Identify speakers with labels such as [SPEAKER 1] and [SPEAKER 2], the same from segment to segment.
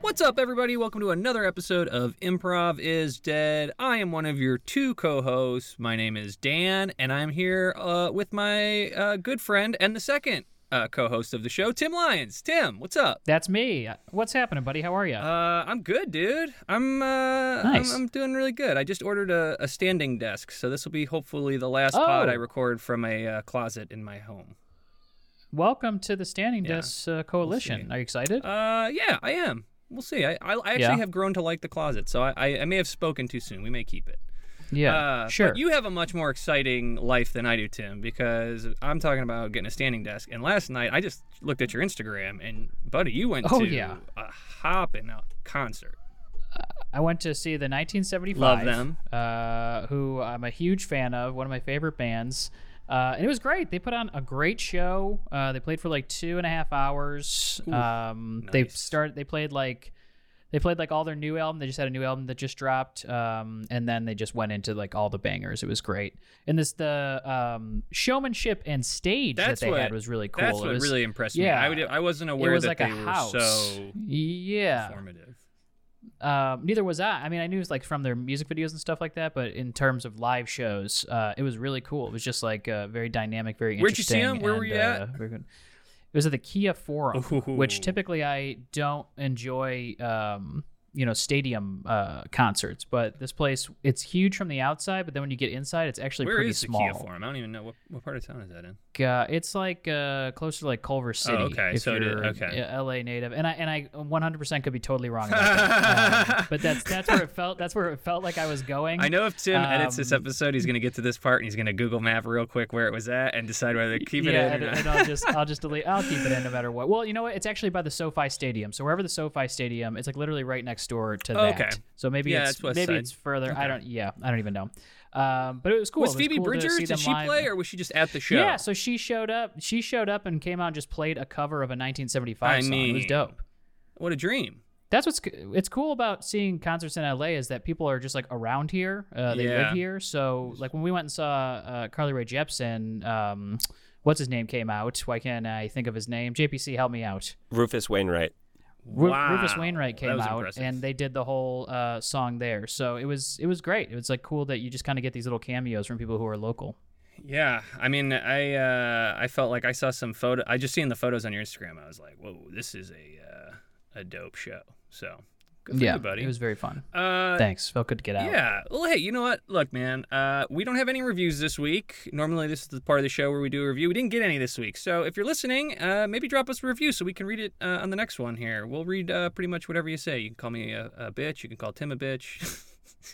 [SPEAKER 1] What's up, everybody? Welcome to another episode of Improv is Dead. I am one of your two co hosts. My name is Dan, and I'm here uh, with my uh, good friend and the second uh, co host of the show, Tim Lyons. Tim, what's up?
[SPEAKER 2] That's me. What's happening, buddy? How are you?
[SPEAKER 1] Uh, I'm good, dude. I'm, uh,
[SPEAKER 2] Nice.
[SPEAKER 1] I'm I'm doing really good. I just ordered a, a standing desk, so this will be hopefully the last
[SPEAKER 2] Oh.
[SPEAKER 1] pod I record from a uh, closet in my home.
[SPEAKER 2] Welcome to the Standing
[SPEAKER 1] yeah.
[SPEAKER 2] Desks uh, Coalition.
[SPEAKER 1] see.
[SPEAKER 2] are you excited?
[SPEAKER 1] Uh, yeah, I am. We'll see. I, I, I actually
[SPEAKER 2] Yeah.
[SPEAKER 1] have grown to like the closet, so I, I, I may have spoken too soon. We may keep it.
[SPEAKER 2] yeah,
[SPEAKER 1] Uh, but
[SPEAKER 2] sure.
[SPEAKER 1] you have a much more exciting life than I do, Tim, because I'm talking about getting a standing desk. And last night, I just looked at your Instagram, and buddy, you went
[SPEAKER 2] Oh,
[SPEAKER 1] to
[SPEAKER 2] yeah.
[SPEAKER 1] a hopping out concert.
[SPEAKER 2] I went to see the 1975.
[SPEAKER 1] Love them.
[SPEAKER 2] Uh, who I'm a huge fan of. One of my favorite bands. Uh, and it was great. They put on a great show. Uh, they played for like two and a half hours. um, They
[SPEAKER 1] nice.
[SPEAKER 2] started. They played like. They played like all their new album. They just had a new album that just dropped, um, and then they just went into like all the bangers. It was great. And this the um, showmanship and stage
[SPEAKER 1] That's
[SPEAKER 2] that they
[SPEAKER 1] what-
[SPEAKER 2] had was really cool.
[SPEAKER 1] That's
[SPEAKER 2] It
[SPEAKER 1] what
[SPEAKER 2] was-
[SPEAKER 1] really impressed me.
[SPEAKER 2] yeah.
[SPEAKER 1] I, would, I wasn't
[SPEAKER 2] it
[SPEAKER 1] aware
[SPEAKER 2] was
[SPEAKER 1] that
[SPEAKER 2] like
[SPEAKER 1] they
[SPEAKER 2] a
[SPEAKER 1] were
[SPEAKER 2] house.
[SPEAKER 1] so
[SPEAKER 2] yeah.
[SPEAKER 1] formative.
[SPEAKER 2] Um, neither was I. I mean, I knew it was like from their music videos and stuff like that, but in terms of live shows, uh, it was really cool. It was just like uh, very dynamic, very
[SPEAKER 1] Where'd you see
[SPEAKER 2] interesting.
[SPEAKER 1] 'em? Where were
[SPEAKER 2] and,
[SPEAKER 1] you at?
[SPEAKER 2] uh, very good. It was at the Kia Forum,
[SPEAKER 1] Ooh.
[SPEAKER 2] which typically I don't enjoy. Um, you know, stadium uh, concerts, but this place it's huge from the outside, but then when you get inside, it's actually
[SPEAKER 1] Where
[SPEAKER 2] pretty
[SPEAKER 1] is
[SPEAKER 2] small.
[SPEAKER 1] the Kia Forum? I don't even know what, what part of town is that in.
[SPEAKER 2] Uh, it's like uh, closer to like Culver City.
[SPEAKER 1] Oh, okay.
[SPEAKER 2] if
[SPEAKER 1] So it is-
[SPEAKER 2] you're an
[SPEAKER 1] okay.
[SPEAKER 2] a- LA native, and I and I 100% could be totally wrong about that. Um, but that's that's where it felt. That's where it felt like I was going.
[SPEAKER 1] I know if Tim edits this
[SPEAKER 2] Um,
[SPEAKER 1] episode, he's going to get to this part and he's going to Google Map real quick where it was at and decide whether to keep it
[SPEAKER 2] yeah,
[SPEAKER 1] in
[SPEAKER 2] and,
[SPEAKER 1] or not.
[SPEAKER 2] and I'll just I'll just delete. I'll keep it in no matter what. Well, you know what? It's actually by the SoFi Stadium. So wherever the SoFi Stadium, it's like literally right next door to that.
[SPEAKER 1] Oh, Okay.
[SPEAKER 2] So maybe
[SPEAKER 1] Yeah,
[SPEAKER 2] it's
[SPEAKER 1] it's west
[SPEAKER 2] maybe
[SPEAKER 1] side.
[SPEAKER 2] it's further.
[SPEAKER 1] Okay.
[SPEAKER 2] I don't. Yeah, I don't even know. Um, but it was cool.
[SPEAKER 1] was
[SPEAKER 2] It
[SPEAKER 1] Phoebe
[SPEAKER 2] cool to
[SPEAKER 1] Bridgers?
[SPEAKER 2] see
[SPEAKER 1] Did
[SPEAKER 2] them
[SPEAKER 1] she
[SPEAKER 2] live.
[SPEAKER 1] play or was she just at the show?
[SPEAKER 2] Yeah, so she showed up. She showed up and came out and just played a cover of a 1975
[SPEAKER 1] I
[SPEAKER 2] song. it was
[SPEAKER 1] mean-
[SPEAKER 2] dope.
[SPEAKER 1] What a dream.
[SPEAKER 2] That's what's co- it's cool about seeing concerts in LA is that people are just like around here. Uh, they
[SPEAKER 1] Yeah.
[SPEAKER 2] live here. So like when we went and saw uh, Carly Rae Jepsen, um, what's his name came out. Why can't I think of his name? JPC, help me out.
[SPEAKER 3] Rufus Wainwright.
[SPEAKER 2] Ru-
[SPEAKER 1] Wow.
[SPEAKER 2] Rufus Wainwright
[SPEAKER 1] That
[SPEAKER 2] came
[SPEAKER 1] was
[SPEAKER 2] out
[SPEAKER 1] impressive.
[SPEAKER 2] and they did the whole uh, song there. So it was it was great. It was like cool that you just kind of get these little cameos from people who are local.
[SPEAKER 1] Yeah, I mean, I uh, I felt like I saw some photo. I just seen the photos on your Instagram. I was like, whoa, this is a uh, a dope show. So good for
[SPEAKER 2] yeah,
[SPEAKER 1] you, buddy.
[SPEAKER 2] it was very fun.
[SPEAKER 1] uh,
[SPEAKER 2] Thanks. Felt good to get out.
[SPEAKER 1] yeah. Well, hey, you know what? Look, man, uh, we don't have any reviews this week. Normally, this is the part of the show where we do a review. We didn't get any this week. So if you're listening, uh, maybe drop us a review so we can read it uh, on the next one here. We'll read uh, pretty much whatever you say. You can call me a, a bitch. You can call Tim a bitch.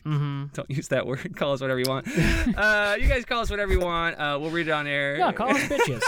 [SPEAKER 2] Mm-hmm.
[SPEAKER 1] don't use that word. Call us whatever you want. uh, you guys call us whatever you want. Uh, we'll read it on air.
[SPEAKER 2] No, call us bitches.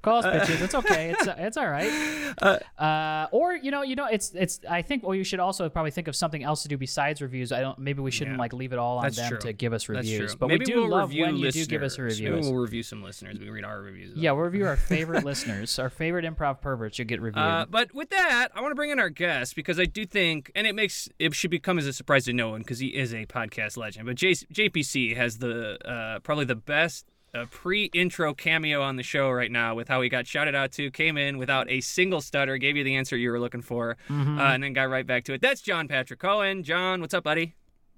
[SPEAKER 2] call us
[SPEAKER 1] Uh,
[SPEAKER 2] bitches. It's okay. It's it's all right. Uh, or you know, you know, it's it's. I think. Well, you should also probably think of something else to do besides reviews. I don't. Maybe we shouldn't
[SPEAKER 1] Yeah.
[SPEAKER 2] like leave it all on
[SPEAKER 1] That's
[SPEAKER 2] them
[SPEAKER 1] true.
[SPEAKER 2] to give us
[SPEAKER 1] That's
[SPEAKER 2] reviews.
[SPEAKER 1] true.
[SPEAKER 2] But
[SPEAKER 1] Maybe
[SPEAKER 2] we do
[SPEAKER 1] will
[SPEAKER 2] love
[SPEAKER 1] review
[SPEAKER 2] when
[SPEAKER 1] listeners.
[SPEAKER 2] you do give us a review.
[SPEAKER 1] Maybe we'll review some listeners. We read our reviews.
[SPEAKER 2] yeah, we'll review our favorite listeners, our favorite improv perverts. You get reviewed.
[SPEAKER 1] Uh, but with that, I want to bring in our guest because I do think, and it makes it should become as a surprise to no one because he is a podcast legend. But J- JPC has the uh, probably the best uh, pre-intro cameo on the show right now with how he got shouted out to, came in without a single stutter, gave you the answer you were looking for,
[SPEAKER 3] Mm-hmm.
[SPEAKER 1] uh, and then got right back to it. That's John Patrick Cohen. John, what's up, buddy?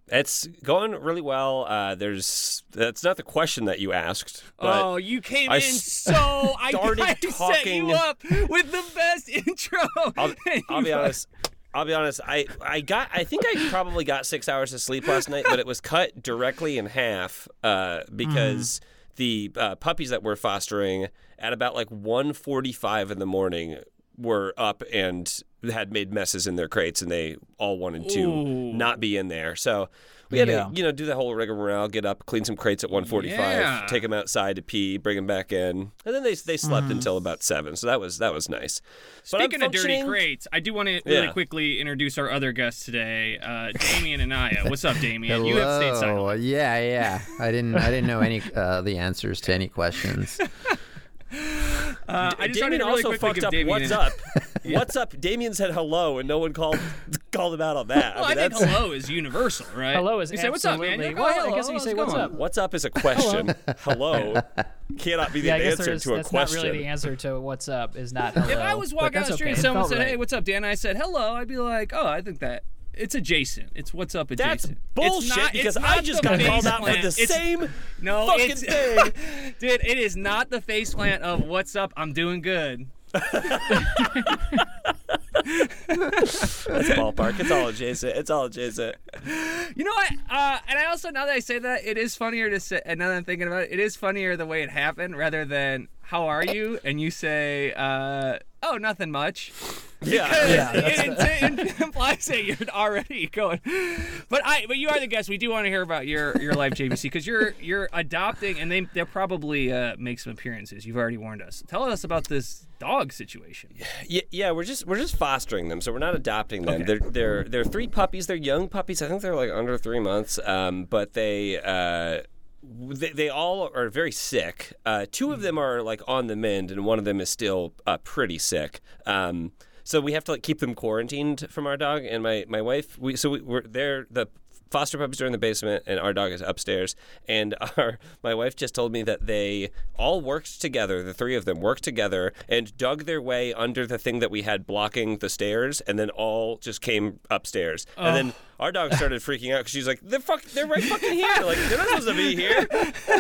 [SPEAKER 3] It's going really well. Uh, there's that's not the question that you asked, but
[SPEAKER 1] oh, you came
[SPEAKER 3] I
[SPEAKER 1] in
[SPEAKER 3] s-
[SPEAKER 1] so I,
[SPEAKER 3] started
[SPEAKER 1] I set you
[SPEAKER 3] talking-
[SPEAKER 1] up with the best intro.
[SPEAKER 3] I'll,
[SPEAKER 1] And
[SPEAKER 3] I'll
[SPEAKER 1] you
[SPEAKER 3] be honest. I'll be honest. I, I got I think I probably got six hours of sleep last night, but it was cut directly in half uh, because
[SPEAKER 1] Mm.
[SPEAKER 3] the uh, puppies that we're fostering at about like 1.45 in the morning were up and had made messes in their crates, and they all wanted to
[SPEAKER 1] Ooh.
[SPEAKER 3] not be in there. So we had
[SPEAKER 2] Yeah.
[SPEAKER 3] to you know do the whole rigmarole, get up, clean some crates at 1.45,
[SPEAKER 1] Yeah.
[SPEAKER 3] take them outside to pee, bring them back in, and then they they slept until about seven. So that was that was nice. But I'm
[SPEAKER 1] Mm. Speaking of dirty
[SPEAKER 3] functioning-
[SPEAKER 1] crates, I do want to really
[SPEAKER 3] Yeah.
[SPEAKER 1] quickly introduce our other guests today, uh, Damien and Naya. What's up, Damien? You have stayed silent.
[SPEAKER 4] Hello. Yeah, yeah. I didn't. I didn't know any uh, the answers to any questions.
[SPEAKER 1] Uh, I just wanted
[SPEAKER 3] Damien
[SPEAKER 1] to really
[SPEAKER 3] also
[SPEAKER 1] quickly
[SPEAKER 3] fucked
[SPEAKER 1] give
[SPEAKER 3] up.
[SPEAKER 1] Damien
[SPEAKER 3] What's
[SPEAKER 1] an-
[SPEAKER 3] up? What's up? Damien said hello and no one called call them out on that.
[SPEAKER 1] Well, I,
[SPEAKER 3] mean,
[SPEAKER 1] think
[SPEAKER 3] that's-
[SPEAKER 1] hello is universal, right?
[SPEAKER 2] Hello is
[SPEAKER 1] you say what's up, man. You're
[SPEAKER 2] absolutely-
[SPEAKER 1] like,
[SPEAKER 2] well,
[SPEAKER 1] oh,
[SPEAKER 2] I
[SPEAKER 1] hello,
[SPEAKER 2] guess if you
[SPEAKER 1] how's
[SPEAKER 2] say
[SPEAKER 1] it
[SPEAKER 2] what's
[SPEAKER 1] going?
[SPEAKER 2] up.
[SPEAKER 3] What's up is a question. hello cannot be the
[SPEAKER 2] yeah, I guess
[SPEAKER 3] answer
[SPEAKER 2] there's,
[SPEAKER 3] to a
[SPEAKER 2] that's
[SPEAKER 3] question.
[SPEAKER 2] not really the answer to what's up. Is not. Hello,
[SPEAKER 1] If I was
[SPEAKER 2] but
[SPEAKER 1] walking down
[SPEAKER 2] that's
[SPEAKER 1] the street
[SPEAKER 2] okay.
[SPEAKER 1] and
[SPEAKER 2] It
[SPEAKER 1] someone
[SPEAKER 2] felt
[SPEAKER 1] said,
[SPEAKER 2] right.
[SPEAKER 1] "Hey, what's up, Dan?" I said, "Hello," I'd be like, "Oh, I think that it's adjacent. It's what's up
[SPEAKER 3] That's
[SPEAKER 1] adjacent." It's
[SPEAKER 3] bullshit
[SPEAKER 1] not- it's
[SPEAKER 3] because
[SPEAKER 1] not
[SPEAKER 3] I just
[SPEAKER 1] the
[SPEAKER 3] got called
[SPEAKER 1] face
[SPEAKER 3] out for
[SPEAKER 1] plant.
[SPEAKER 3] the
[SPEAKER 1] It's-
[SPEAKER 3] same
[SPEAKER 1] no,
[SPEAKER 3] fucking
[SPEAKER 1] it's,
[SPEAKER 3] thing.
[SPEAKER 1] dude, it is not the faceplant of "What's up? I'm doing good."
[SPEAKER 3] That's ballpark. It's all adjacent. It's all adjacent.
[SPEAKER 1] You know what? Uh, and I also now that I say that, it is funnier to say. And now that I'm thinking about it, it is funnier the way it happened rather than "How are you?" and you say, uh, "Oh, nothing much."
[SPEAKER 3] Yeah.
[SPEAKER 1] it, it, it implies that you're already going. But I, but you are the guest. We do want to hear about your your life, JBC, because you're you're adopting, and they they'll probably uh, make some appearances. You've already warned us. Tell us about this dog situation.
[SPEAKER 3] Yeah, yeah, we're just we're just fostering them, so we're not adopting them. They're they're they're three puppies. They're young puppies. I think they're like under three months. Um, but they uh, w- they, they all are very sick. Uh, two of them are like on the mend, and one of them is still uh, pretty sick. Um, so we have to like keep them quarantined from our dog and my my wife. We so we, we're they're the foster puppies are in the basement and our dog is upstairs and our my wife just told me that they all worked together the three of them worked together and dug their way under the thing that we had blocking the stairs and then all just came upstairs and then our dog started freaking out because she's like they're fuck they're right fucking here like they're not supposed to be here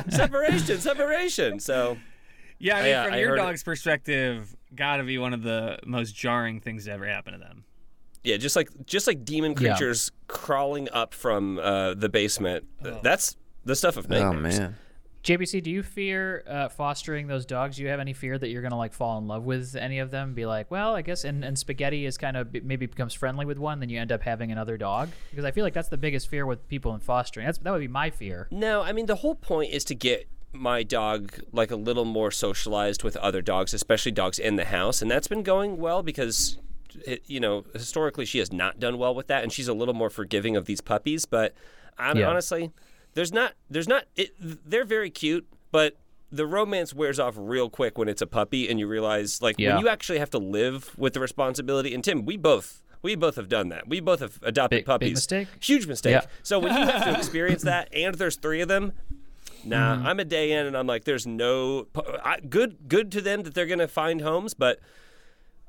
[SPEAKER 3] separation separation so
[SPEAKER 1] Yeah, I mean,
[SPEAKER 3] Yeah,
[SPEAKER 1] from
[SPEAKER 3] I
[SPEAKER 1] your
[SPEAKER 3] heard it.
[SPEAKER 1] dog's perspective, gotta be one of the most jarring things that ever happened to them.
[SPEAKER 3] Yeah, just like just like demon
[SPEAKER 2] Yeah.
[SPEAKER 3] creatures crawling up from uh, the basement. That's the stuff of
[SPEAKER 4] Oh
[SPEAKER 3] nightmares.
[SPEAKER 4] man.
[SPEAKER 2] JBC, do you fear uh, fostering those dogs? Do you have any fear that you're gonna like fall in love with any of them? Be like, well, I guess, and, and spaghetti is kind of maybe becomes friendly with one, then you end up having another dog because I feel like that's the biggest fear with people in fostering. That's that would be my fear.
[SPEAKER 3] No, I mean the whole point is to get my dog like a little more socialized with other dogs, especially dogs in the house, and that's been going well because it, you know historically she has not done well with that, and she's a little more forgiving of these puppies. But I'm
[SPEAKER 2] Yeah.
[SPEAKER 3] honestly, there's not there's not it, they're very cute, but the romance wears off real quick when it's a puppy, and you realize like
[SPEAKER 2] Yeah.
[SPEAKER 3] when you actually have to live with the responsibility. And Tim, we both. We both have done that. We both have adopted
[SPEAKER 2] Big- big
[SPEAKER 3] puppies.
[SPEAKER 2] mistake.
[SPEAKER 3] Huge mistake.
[SPEAKER 2] Yeah.
[SPEAKER 3] So when you have to experience that, and there's three of them, nah,
[SPEAKER 1] Mm-hmm.
[SPEAKER 3] I'm a day in, and I'm like, there's no I, good. Good to them that they're gonna find homes, but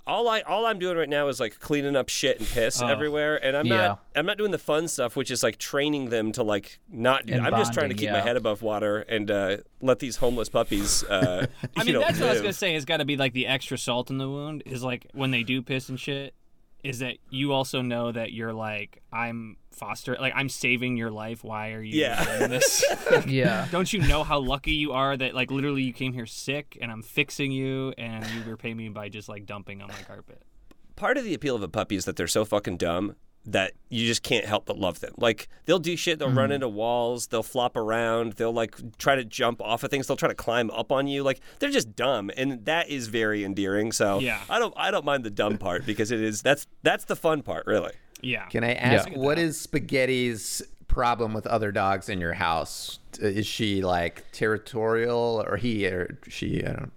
[SPEAKER 3] all I all I'm doing right now is like cleaning up shit and piss everywhere, and I'm
[SPEAKER 2] Yeah.
[SPEAKER 3] not I'm not doing the fun stuff, which is like training them to like not. do
[SPEAKER 2] And
[SPEAKER 3] I'm just trying to
[SPEAKER 2] bonding,
[SPEAKER 3] keep my
[SPEAKER 2] yeah.
[SPEAKER 3] head above water and uh, let these homeless puppies. Uh,
[SPEAKER 1] I
[SPEAKER 3] you
[SPEAKER 1] mean,
[SPEAKER 3] know,
[SPEAKER 1] that's what I was
[SPEAKER 3] live.
[SPEAKER 1] gonna say. It's got to be like the extra salt in the wound is like when they do piss and shit. Is that you also know that you're like I'm foster, like I'm saving your life. Why are you
[SPEAKER 3] Yeah.
[SPEAKER 1] doing this?
[SPEAKER 2] Yeah.
[SPEAKER 1] Don't you know how lucky you are that like literally you came here sick and I'm fixing you and you repay me by just like dumping on my carpet.
[SPEAKER 3] part of the appeal of a puppy is that they're so fucking dumb that you just can't help but love them. Like they'll do shit, they'll run into walls, they'll flop around, they'll like try to jump off of things, they'll try to climb up on you. Like they're just dumb and that is very endearing. So
[SPEAKER 1] Yeah.
[SPEAKER 3] I don't I don't mind the dumb part because it is that's that's the fun part really.
[SPEAKER 1] Yeah.
[SPEAKER 4] Can I ask what is Spaghetti's problem with other dogs in your house? T- Is she like territorial or he or she? I don't.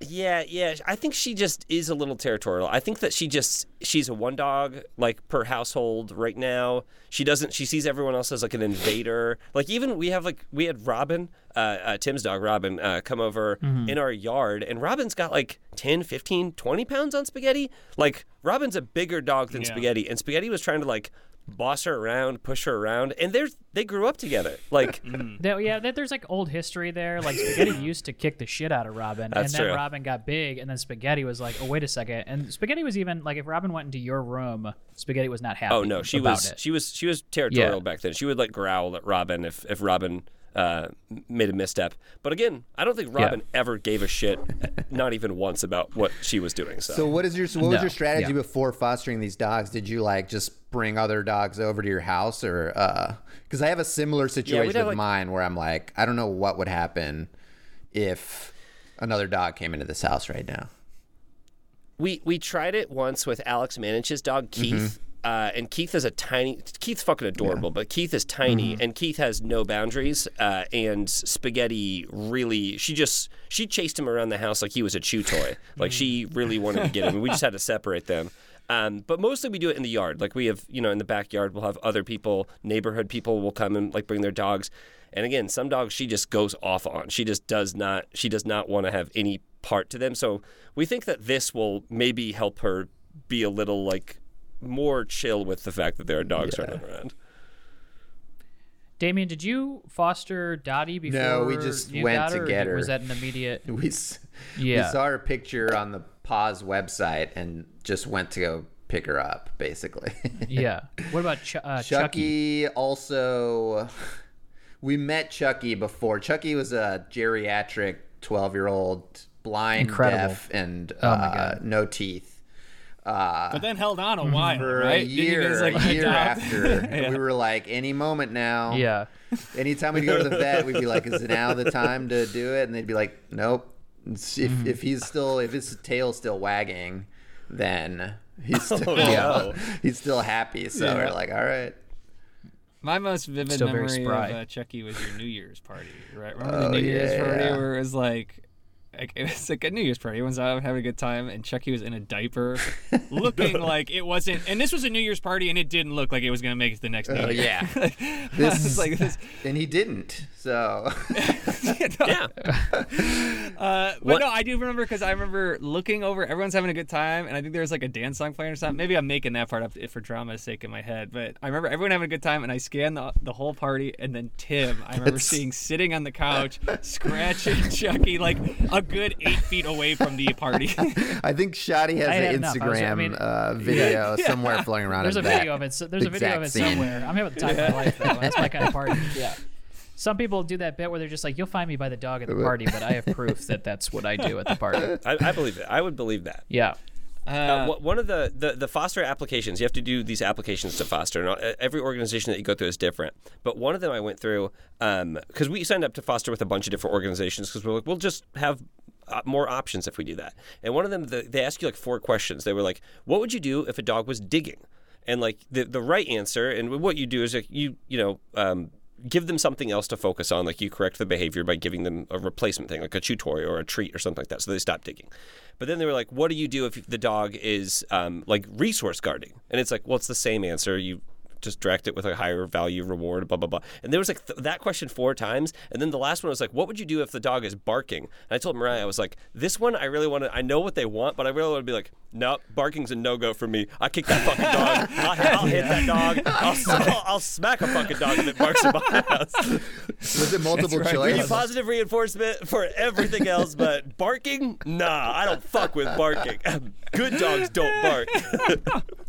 [SPEAKER 3] Yeah, yeah. I think she just is a little territorial. I think that she just she's a one dog like per household right now. She doesn't. She sees everyone else as like an invader. Like even we have like we had Robin, uh, uh, Tim's dog Robin, uh, come over in our yard, and Robin's got like 10, 15, 20 pounds on Spaghetti. Like Robin's a bigger dog than
[SPEAKER 1] Yeah.
[SPEAKER 3] Spaghetti, and Spaghetti was trying to like boss her around, push her around, and they're they grew up together. Like
[SPEAKER 2] That, yeah, that, there's like old history there. Like Spaghetti used to kick the shit out of Robin,
[SPEAKER 3] That's
[SPEAKER 2] and then
[SPEAKER 3] true.
[SPEAKER 2] Robin got big, and then Spaghetti was like, "Oh, wait a second. And Spaghetti was even like, if Robin went into your room, Spaghetti was not happy.
[SPEAKER 3] Oh no, she
[SPEAKER 2] about
[SPEAKER 3] was
[SPEAKER 2] It.
[SPEAKER 3] she was she was territorial
[SPEAKER 2] Yeah.
[SPEAKER 3] back then. She would like growl at Robin if if Robin uh, made a misstep. But again, I don't think Robin ever gave a shit, not even once about what she was doing. So,
[SPEAKER 4] So what is your so what was
[SPEAKER 2] No,
[SPEAKER 4] your strategy
[SPEAKER 2] yeah.
[SPEAKER 4] before fostering these dogs? Did you like just bring other dogs over to your house or uh cuz I have a similar situation
[SPEAKER 3] have,
[SPEAKER 4] with
[SPEAKER 3] like-
[SPEAKER 4] mine where I'm like I don't know what would happen if another dog came into this house right now.
[SPEAKER 3] we we tried it once with Alex Manich's dog Keith. Uh, and Keith is a tiny. Keith's fucking adorable, but Keith is tiny, and Keith has no boundaries. Uh, and Spaghetti really, she just she chased him around the house like he was a chew toy. like she really wanted to get him, and we just had to separate them. Um, but mostly we do it in the yard. Like we have, you know, in the backyard, we'll have other people, neighborhood people will come and like bring their dogs. And again, some dogs she just goes off on. She just does not, she does not want to have any part to them. So we think that this will maybe help her be a little like more chill with the fact that there are dogs running around.
[SPEAKER 2] Damien, did you foster Dottie before?
[SPEAKER 4] No, we just
[SPEAKER 2] you
[SPEAKER 4] went
[SPEAKER 2] got
[SPEAKER 4] to
[SPEAKER 2] her, or
[SPEAKER 4] get
[SPEAKER 2] did- Was
[SPEAKER 4] her.
[SPEAKER 2] that an immediate?
[SPEAKER 4] We, s-
[SPEAKER 2] Yeah.
[SPEAKER 4] we saw her picture on the Paws website and just went to go pick her up, basically.
[SPEAKER 2] Yeah. What about Ch- uh, Chucky?
[SPEAKER 4] Chucky also. We met Chucky before. Chucky was a geriatric 12 year old, blind,
[SPEAKER 2] Incredible. Oh
[SPEAKER 4] deaf, and
[SPEAKER 2] my
[SPEAKER 4] uh,
[SPEAKER 2] God.
[SPEAKER 4] no teeth. Uh,
[SPEAKER 1] But then held on a while,
[SPEAKER 4] for
[SPEAKER 1] right?
[SPEAKER 4] a
[SPEAKER 1] Didn't you
[SPEAKER 4] year,
[SPEAKER 1] guys, like,
[SPEAKER 4] a year
[SPEAKER 1] adopt-
[SPEAKER 4] after. We were like, any moment now.
[SPEAKER 2] Yeah.
[SPEAKER 4] Anytime we'd go to the vet, we'd be like, is it now the time to do it? And they'd be like, nope. It's-
[SPEAKER 2] Mm-hmm.
[SPEAKER 4] If, if he's still, if his tail's still wagging, then he's still,
[SPEAKER 2] Oh,
[SPEAKER 3] no.
[SPEAKER 4] he's still happy. So
[SPEAKER 1] Yeah.
[SPEAKER 4] we're like, all right.
[SPEAKER 1] My most vivid
[SPEAKER 2] Still very
[SPEAKER 1] memory of
[SPEAKER 2] spry.
[SPEAKER 1] uh, Chucky was your New Year's party, right? Remember the New Year's
[SPEAKER 4] yeah,
[SPEAKER 1] party
[SPEAKER 4] yeah.
[SPEAKER 1] where it was like, like it was like a New Year's party. Everyone's out having a good time, and Chucky was in a diaper, looking like it wasn't. And this was a New Year's party, and it didn't look like it was gonna make it to the next. New
[SPEAKER 4] Oh,
[SPEAKER 1] Year.
[SPEAKER 4] yeah.
[SPEAKER 1] like,
[SPEAKER 4] This-
[SPEAKER 1] this is like this.
[SPEAKER 4] And he didn't. So
[SPEAKER 3] Yeah.
[SPEAKER 1] Uh, but
[SPEAKER 3] What-
[SPEAKER 1] no, I do remember because I remember looking over. Everyone's having a good time, and I think there was like a dance song playing or something. Maybe I'm making that part up for drama's sake in my head, but I remember everyone having a good time, and I scanned the, the whole party, and then Tim, I remember seeing sitting on the couch scratching Chucky like a good eight feet away from the party.
[SPEAKER 4] I think Shoddy has
[SPEAKER 2] I had
[SPEAKER 4] an
[SPEAKER 2] enough. I
[SPEAKER 4] Instagram
[SPEAKER 2] was- I mean-
[SPEAKER 4] uh, video somewhere floating around.
[SPEAKER 2] There's a
[SPEAKER 4] of that
[SPEAKER 2] video of it. so- There's a video of
[SPEAKER 4] exact
[SPEAKER 2] it
[SPEAKER 4] scene.
[SPEAKER 2] somewhere. I'm having the time of my life. Though. That's my kind of party. Yeah. Some people do that bit where they're just like, "You'll find me by the dog at the party," but I have proof that that's what I do at the party.
[SPEAKER 3] I, I believe that. I would believe that.
[SPEAKER 2] Yeah.
[SPEAKER 3] Uh, wh- one of the, the the foster applications you have to do these applications to foster, and uh, every organization that you go through is different. But one of them I went through because we signed up to foster with a bunch of different organizations because we're like we'll just have uh, more options if we do that. And one of them the, they ask you like four questions. They were like, "What would you do if a dog was digging?" And like the the right answer and what you do is like you you know. Um, give them something else to focus on. Like you correct the behavior by giving them a replacement thing, like a chew toy or a treat or something like that. So they stop digging. But then they were like, "What do you do if the dog is um, like resource guarding?" And it's like, "Well, it's the same answer. You just direct it with a higher value reward." Blah blah blah. And there was like th- that question four times. And then the last one was like, "What would you do if the dog is barking?" And I told Mariah, I was like, "This one, I really want to. I know what they want, but I really want to be like, nope, barking's a no go for me. I kick that fucking dog. I'll, I'll hit that dog. I'll, s- I'll, I'll smack a fucking dog if it barks in my house."
[SPEAKER 4] Was it multiple
[SPEAKER 3] We need
[SPEAKER 4] choice?
[SPEAKER 3] positive reinforcement for everything else, but barking? Nah, I don't fuck with barking. Good dogs don't bark.